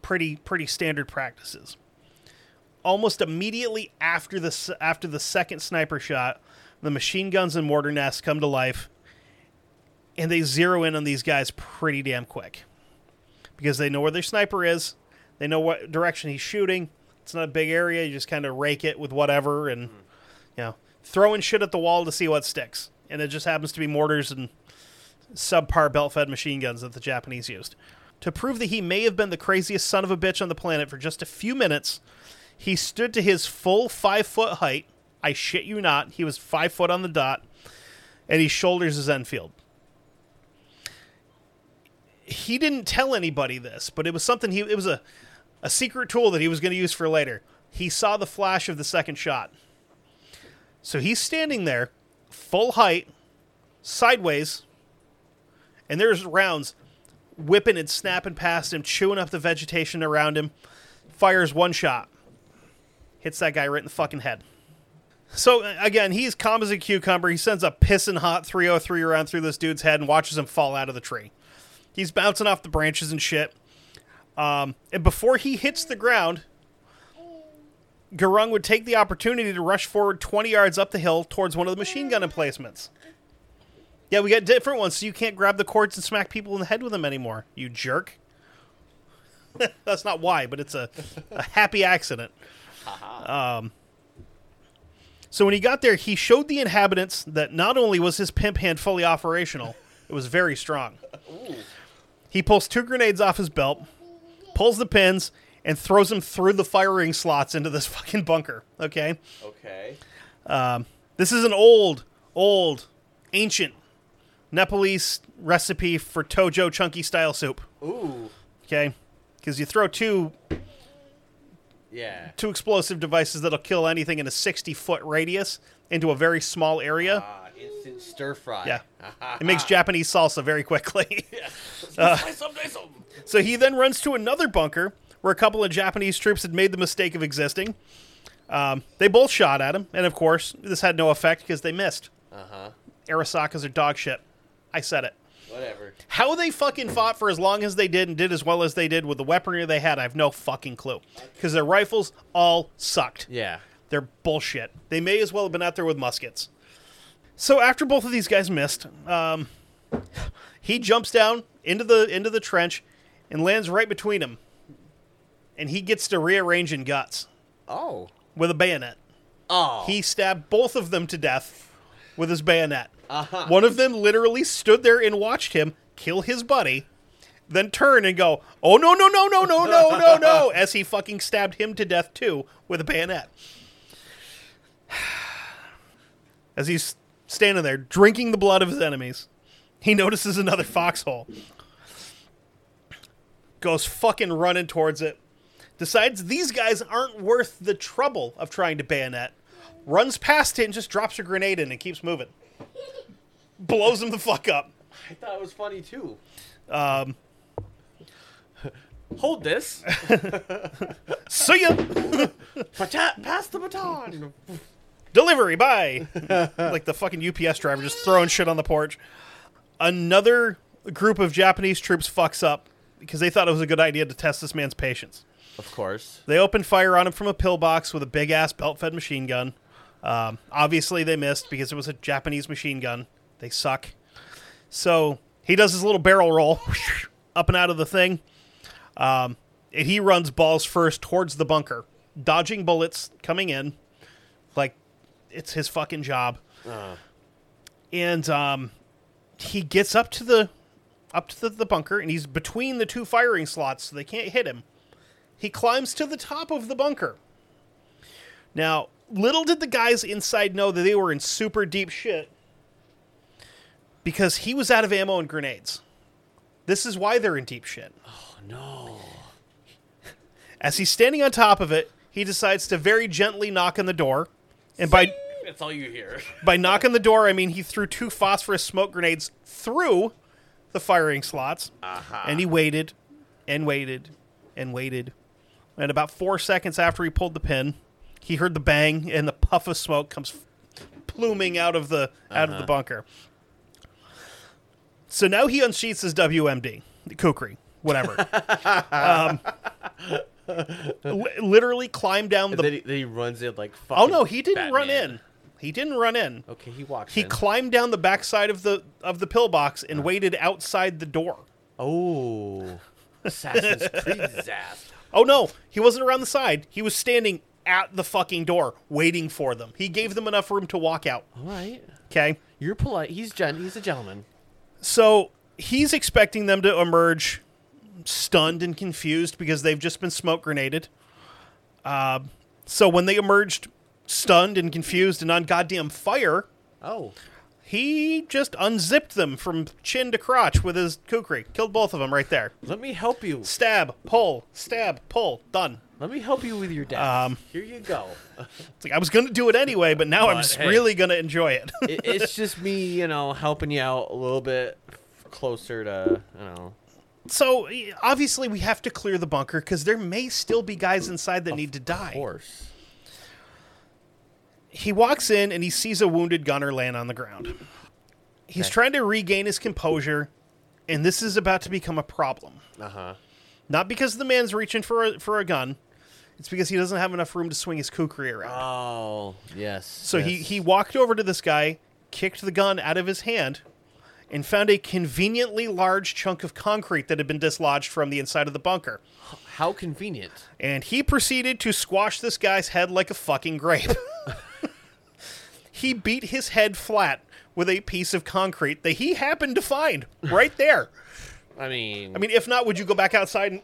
Speaker 1: Pretty pretty standard practices. Almost immediately after the s- after the second sniper shot, the machine guns and mortar nests come to life, and they zero in on these guys pretty damn quick because they know where their sniper is, they know what direction he's shooting. It's not a big area; you just kind of rake it with whatever, and you know, throwing shit at the wall to see what sticks. And it just happens to be mortars and subpar belt-fed machine guns that the Japanese used. To prove that he may have been the craziest son of a bitch on the planet for just a few minutes, he stood to his full five foot height. I shit you not, he was five foot on the dot, and he shoulders his Enfield he didn't tell anybody this, but it was something he it was a a secret tool that he was going to use for later. He saw the flash of the second shot. So he's standing there full height sideways and there's rounds whipping and snapping past him, chewing up the vegetation around him. Fires one shot. Hits that guy right in the fucking head. So uh, again, he's calm as a cucumber. He sends a pissing hot 303 around through this dude's head and watches him fall out of the tree. He's bouncing off the branches and shit. Um, and before he hits the ground, Garung would take the opportunity to rush forward 20 yards up the hill towards one of the machine gun emplacements. Yeah, we got different ones, so you can't grab the cords and smack people in the head with them anymore, you jerk. That's not why, but it's a, a happy accident. Um, So when he got there, he showed the inhabitants that not only was his pimp hand fully operational, it was very strong. He pulls two grenades off his belt, pulls the pins, and throws them through the firing slots into this fucking bunker. Okay?
Speaker 2: Okay.
Speaker 1: This is an old, old, ancient Nepalese recipe for Tojo chunky style soup.
Speaker 2: Ooh.
Speaker 1: Okay? Because you throw two
Speaker 2: Yeah.
Speaker 1: two explosive devices that'll kill anything in a 60 foot radius into a very small area.
Speaker 2: Ah, instant stir fry.
Speaker 1: Yeah. It makes Japanese salsa very quickly. Uh.
Speaker 2: Some day some.
Speaker 1: so he then runs to another bunker where a couple of Japanese troops had made the mistake of existing. Um, they both shot at him, and of course, this had no effect because they missed.
Speaker 2: Uh huh.
Speaker 1: Arasakas are dog shit. I said it.
Speaker 2: Whatever.
Speaker 1: How they fucking fought for as long as they did and did as well as they did with the weaponry they had, I have no fucking clue. Because their rifles all sucked.
Speaker 2: Yeah.
Speaker 1: They're bullshit. They may as well have been out there with muskets. So after both of these guys missed, um, he jumps down into the into the trench and lands right between them. And he gets to rearranging guts
Speaker 2: Oh.
Speaker 1: with a bayonet.
Speaker 2: Oh.
Speaker 1: He stabbed both of them to death with his bayonet.
Speaker 2: Uh-huh.
Speaker 1: One of them literally stood there and watched him kill his buddy, then turn and go, "Oh no no no no no no no no!" as he fucking stabbed him to death too with a bayonet. As he's standing there drinking the blood of his enemies, he notices another foxhole. Goes fucking running towards it. Decides these guys aren't worth the trouble of trying to bayonet. Runs past it and just drops a grenade in and keeps moving. Blows him the fuck up.
Speaker 2: I thought it was funny too. Um. Hold this.
Speaker 1: See ya!
Speaker 2: Bata- pass the baton.
Speaker 1: Delivery, bye! like the fucking UPS driver just throwing shit on the porch. Another group of Japanese troops fucks up because they thought it was a good idea to test this man's patience.
Speaker 2: Of course.
Speaker 1: They opened fire on him from a pillbox with a big ass belt fed machine gun. Um, obviously, they missed because it was a Japanese machine gun. They suck. So he does his little barrel roll up and out of the thing. Um, and he runs balls first towards the bunker, dodging bullets coming in. Like, it's his fucking job. And um, he gets up to the up to the, the bunker and he's between the two firing slots so they can't hit him he climbs to the top of the bunker. Now, little did the guys inside know that they were in super deep shit because he was out of ammo and grenades. This is why they're in deep shit.
Speaker 2: Oh no.
Speaker 1: As he's standing on top of it, he decides to very gently knock on the door. And by
Speaker 2: That's all you hear.
Speaker 1: by knock on the door, I mean he threw two phosphorus smoke grenades through the firing slots.
Speaker 2: Aha.
Speaker 1: And he waited and waited and waited And about four seconds after he pulled the pin, he heard the bang and the puff of smoke comes pluming out of the out
Speaker 2: Uh-huh.
Speaker 1: of the bunker. So now he unsheaths his WMD, Kukri, whatever. um, li- literally climbed down the.
Speaker 2: And then, he, then he runs in like fucking
Speaker 1: oh no, he didn't run
Speaker 2: Batman.
Speaker 1: in. He didn't run in.
Speaker 2: Okay, he walks
Speaker 1: He
Speaker 2: in.
Speaker 1: climbed down the backside of the of the pillbox and waited outside the door.
Speaker 2: oh. Assassin's Creed zast.
Speaker 1: Oh no, he wasn't around the side. He was standing at the fucking door waiting for them. He gave them enough room to walk out.
Speaker 2: All right.
Speaker 1: Okay.
Speaker 2: You're polite. He's gen- he's a gentleman.
Speaker 1: So he's expecting them to emerge stunned and confused because they've just been smoke grenaded. Uh, so when they emerged stunned and confused and on goddamn fire,
Speaker 2: Oh.
Speaker 1: he just unzipped them from chin to crotch with his kukri. Killed both of them right there.
Speaker 2: Let me help you.
Speaker 1: Stab, pull, stab, pull. Done.
Speaker 2: Let me help you with your death.
Speaker 1: Um,
Speaker 2: Here you go.
Speaker 1: It's like I was going to do it anyway, but now I'm
Speaker 2: But,
Speaker 1: just
Speaker 2: hey.
Speaker 1: really going to enjoy it.
Speaker 2: It- it's just me, you know, helping you out a little bit closer to, you know.
Speaker 1: so e- obviously we have to clear the bunker because there may still be guys inside that need to die.
Speaker 2: Horse.
Speaker 1: he walks in and he sees a wounded gunner laying on the ground. He's
Speaker 2: Okay.
Speaker 1: trying to regain his composure, and this is about to become a problem.
Speaker 2: Uh huh.
Speaker 1: Not because the man's reaching for a, for a gun, it's because he doesn't have enough room to swing his kukri around.
Speaker 2: Oh yes.
Speaker 1: so he,
Speaker 2: yes.
Speaker 1: he walked over to this guy, kicked the gun out of his hand, and found a conveniently large chunk of concrete that had been dislodged from the inside of the bunker.
Speaker 2: How convenient.
Speaker 1: and he proceeded to squash this guy's head like a fucking grape. he beat his head flat with a piece of concrete that he happened to find right there.
Speaker 2: I mean,
Speaker 1: I mean, if not, would you go back outside? And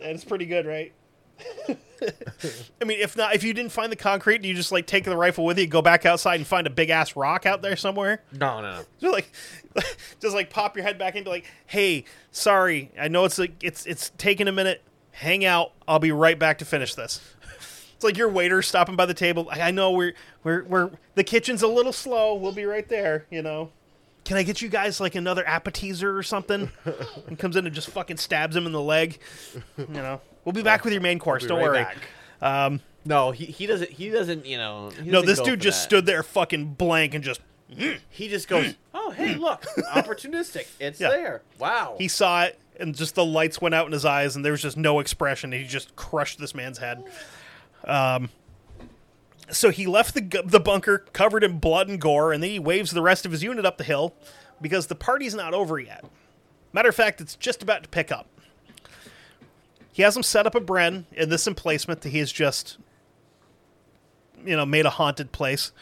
Speaker 1: that's pretty good, right? I mean, if not, if you didn't find the concrete, do you just like take the rifle with you, go back outside, and find a big ass rock out there somewhere?
Speaker 2: no, no, no.
Speaker 1: Just like, just like pop your head back into like, hey, sorry, I know it's like it's it's taking a minute. Hang out. I'll be right back to finish this. It's like your waiter stopping by the table. I I know we're we're we're the kitchen's a little slow. We'll be right there. You know. Can I get you guys like another appetizer or something? and comes in and just fucking stabs him in the leg. You know. We'll be back with your main course.
Speaker 2: Be
Speaker 1: Don't
Speaker 2: right
Speaker 1: worry.
Speaker 2: back.
Speaker 1: Um,
Speaker 2: No, he, he doesn't. He doesn't. You know. he
Speaker 1: no,
Speaker 2: doesn't
Speaker 1: this
Speaker 2: go
Speaker 1: dude
Speaker 2: for
Speaker 1: just
Speaker 2: that.
Speaker 1: stood there fucking blank and just
Speaker 2: He just goes. oh, hey, look, opportunistic. It's
Speaker 1: Yeah.
Speaker 2: there. Wow.
Speaker 1: he saw it and just the lights went out in his eyes and there was just no expression he just crushed this man's head um, so he left the, gu- the bunker covered in blood and gore and then he waves the rest of his unit up the hill because the party's not over yet matter of fact it's just about to pick up he has him set up a bren in this emplacement that he has just you know made a haunted place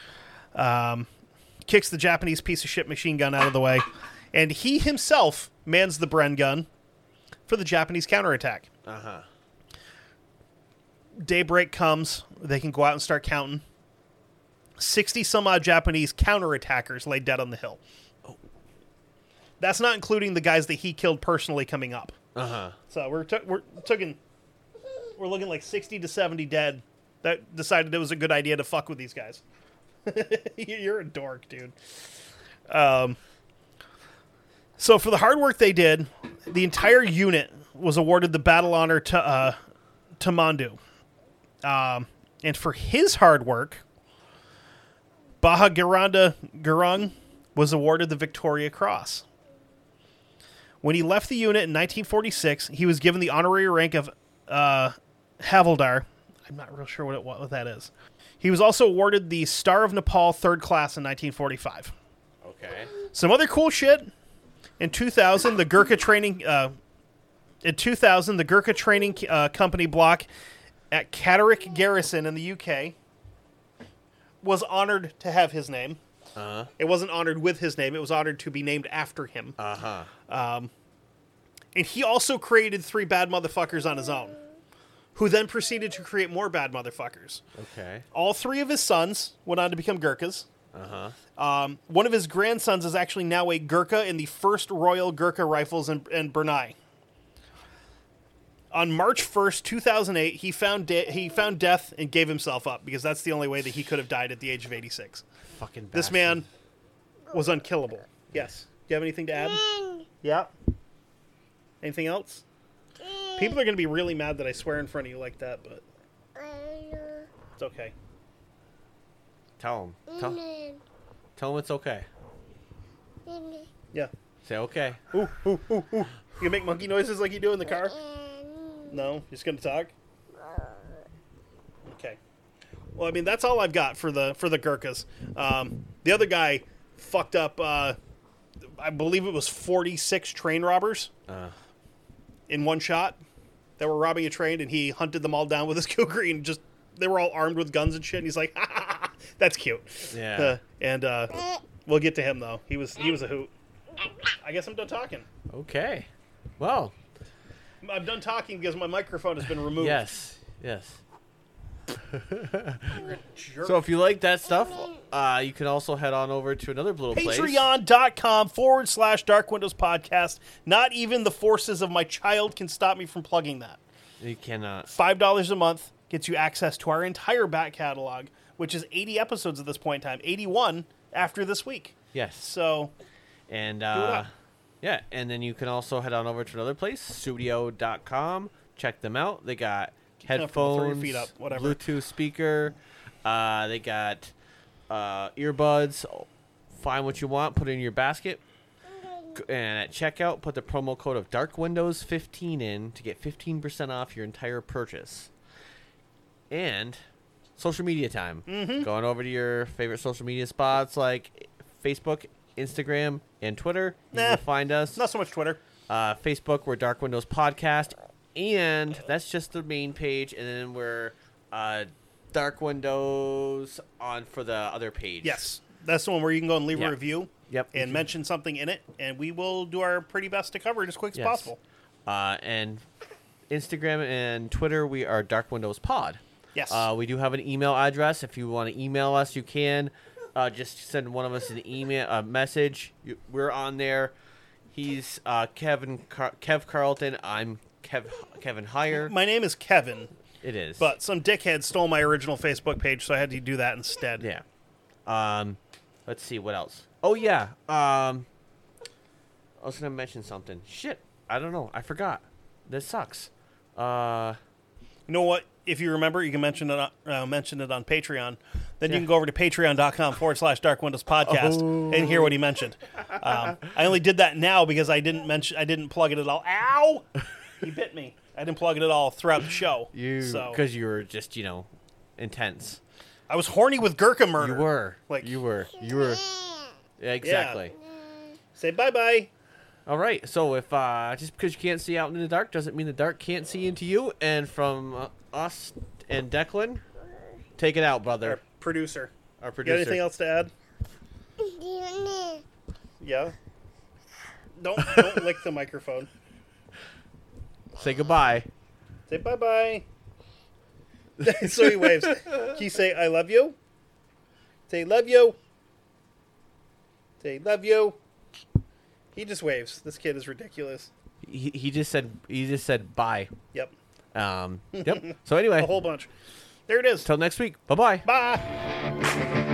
Speaker 1: kicks the Japanese piece of shit machine gun out of the way, and he himself mans the Bren gun for the Japanese counterattack.
Speaker 2: Uh huh.
Speaker 1: Daybreak comes, they can go out and start counting. 60 some odd Japanese counterattackers lay dead on the hill. That's not including the guys that he killed personally coming up.
Speaker 2: Uh huh.
Speaker 1: So we're, t- we're taking, we're looking like 60 to 70 dead that decided it was a good idea to fuck with these guys. You're a dork, dude. Um, so for the hard work they did, the entire unit was awarded the battle honor to uh, to Mandu. Um, and for his hard work, Baha Garanda Gurung was awarded the Victoria Cross. When he left the unit in 1946, he was given the honorary rank of uh, Havildar. I'm not real sure what, it, what that is. He was also awarded the Star of Nepal Third Class in 1945.
Speaker 2: Okay.
Speaker 1: Some other cool shit. In 2000, the Gurkha training. Uh, in 2000, the Gurkha training uh, company block at Catterick Garrison in the UK was honored to have his name.
Speaker 2: Uh huh.
Speaker 1: It wasn't honored with his name. It was honored to be named after him. Um,
Speaker 2: Uh huh.
Speaker 1: And he also created three bad motherfuckers on his own, who then proceeded to create more bad motherfuckers.
Speaker 2: Okay.
Speaker 1: All three of his sons went on to become Gurkhas.
Speaker 2: Uh huh.
Speaker 1: Um, one of his grandsons is actually now a Gurkha in the 1st Royal Gurkha Rifles in, in Brunei. On March 1st, 2008, he found, de- he found death and gave himself up because that's the only way that he could have died at the age of 86.
Speaker 2: Fucking. Bastard.
Speaker 1: This man was unkillable. Yes. Do you have anything to add? Yeah. Anything else? People are going to be really mad that I swear in front of you like that, but it's okay.
Speaker 2: Tell him. Tell, tell him it's okay.
Speaker 1: Yeah.
Speaker 2: Say okay.
Speaker 1: Ooh, ooh, ooh, ooh. You make monkey noises like you do in the car? No, you're just going to talk. Okay. Well, I mean that's all I've got for the for the Gurkhas. Um, the other guy fucked up. Uh, I believe it was 46 train robbers
Speaker 2: Uh,
Speaker 1: in one shot that were robbing a train, and he hunted them all down with his cougar and just they were all armed with guns and shit. And he's like, "That's cute."
Speaker 2: yeah.
Speaker 1: Uh, and uh, we'll get to him though. He was he was a hoot. I guess I'm done talking.
Speaker 2: okay. Well,
Speaker 1: I'm done talking because my microphone has been removed.
Speaker 2: yes. Yes.
Speaker 1: Jerk.
Speaker 2: So if you like that stuff, uh, you can also head on over to another little place.
Speaker 1: patreon.com forward slash dark windows podcast not even the forces of my child can stop me from plugging that
Speaker 2: You cannot.
Speaker 1: five dollars a month gets you access to our entire back catalog which is 80 episodes at this point in time 81 after this week
Speaker 2: Yes.
Speaker 1: so
Speaker 2: And uh,
Speaker 1: up.
Speaker 2: yeah, and then you can also head on over to another place, studio.com. Check them out. They got
Speaker 1: up from the three
Speaker 2: headphones,
Speaker 1: feet up, whatever.
Speaker 2: Bluetooth speaker. Uh, they got uh, earbuds. Find what you want, put it in your basket. G- And at checkout, put the promo code of Dark Windows 15 in to get 15% off your entire purchase. And social media time.
Speaker 1: Mm-hmm.
Speaker 2: Going over to your favorite social media spots like Facebook, Instagram, and Twitter. You
Speaker 1: Nah.
Speaker 2: can find us.
Speaker 1: not so much twitter
Speaker 2: Uh, Facebook, we're Dark Windows Podcast, and that's just the main page. And then we're uh, Dark Windows on for the other page.
Speaker 1: yes that's the one where you can go and leave
Speaker 2: Yeah.
Speaker 1: a review
Speaker 2: Yep.
Speaker 1: and mention something in it and we will do our pretty best to cover it as quick as
Speaker 2: Yes.
Speaker 1: possible
Speaker 2: Uh, and Instagram and Twitter, we are Dark Windows Pod.
Speaker 1: yes
Speaker 2: Uh, we do have an email address. If you want to email us, you can. Uh, just send one of us an email, a message. You, we're on there. He's uh, Kevin Car- Kev Carlton. I'm Kev Kevin Heyer.
Speaker 1: my name is kevin
Speaker 2: It is.
Speaker 1: but some dickhead stole my original facebook page so i had to do that instead
Speaker 2: Yeah. Um, let's see what else. Oh yeah. Um, I was gonna mention something. Shit, I don't know. I forgot. This sucks. Uh,
Speaker 1: You know what? If you remember, you can mention it on, uh, mention it on Patreon. Then
Speaker 2: Yeah.
Speaker 1: you
Speaker 2: Oh.
Speaker 1: can go over to patreon.com forward slash dark windows podcast and hear what he mentioned. Um, I only did that now because I didn't mention I didn't plug it at all. Ow! He bit me. I didn't plug it at all throughout the show.
Speaker 2: you
Speaker 1: so
Speaker 2: because you were just you know intense.
Speaker 1: I was horny with Gurkha
Speaker 2: You
Speaker 1: murder.
Speaker 2: were.
Speaker 1: Like-
Speaker 2: you were. You were. Yeah, exactly.
Speaker 1: Say bye bye.
Speaker 2: All right. So if uh, just because you can't see out in the dark doesn't mean the dark can't see into you. And from uh, us and Declan, take it out, brother.
Speaker 1: Our producer.
Speaker 2: Our
Speaker 1: You got
Speaker 2: producer.
Speaker 1: anything else to add? Yeah. Don't don't lick the microphone.
Speaker 2: Say goodbye.
Speaker 1: Say bye bye. so he waves. Can you say I love you? Say love you. Say love you. He just waves. This kid is ridiculous.
Speaker 2: He, he just said he just said bye.
Speaker 1: Yep.
Speaker 2: Um, yep. So anyway,
Speaker 1: A whole bunch. There it is.
Speaker 2: till next week. Bye bye.
Speaker 1: Bye.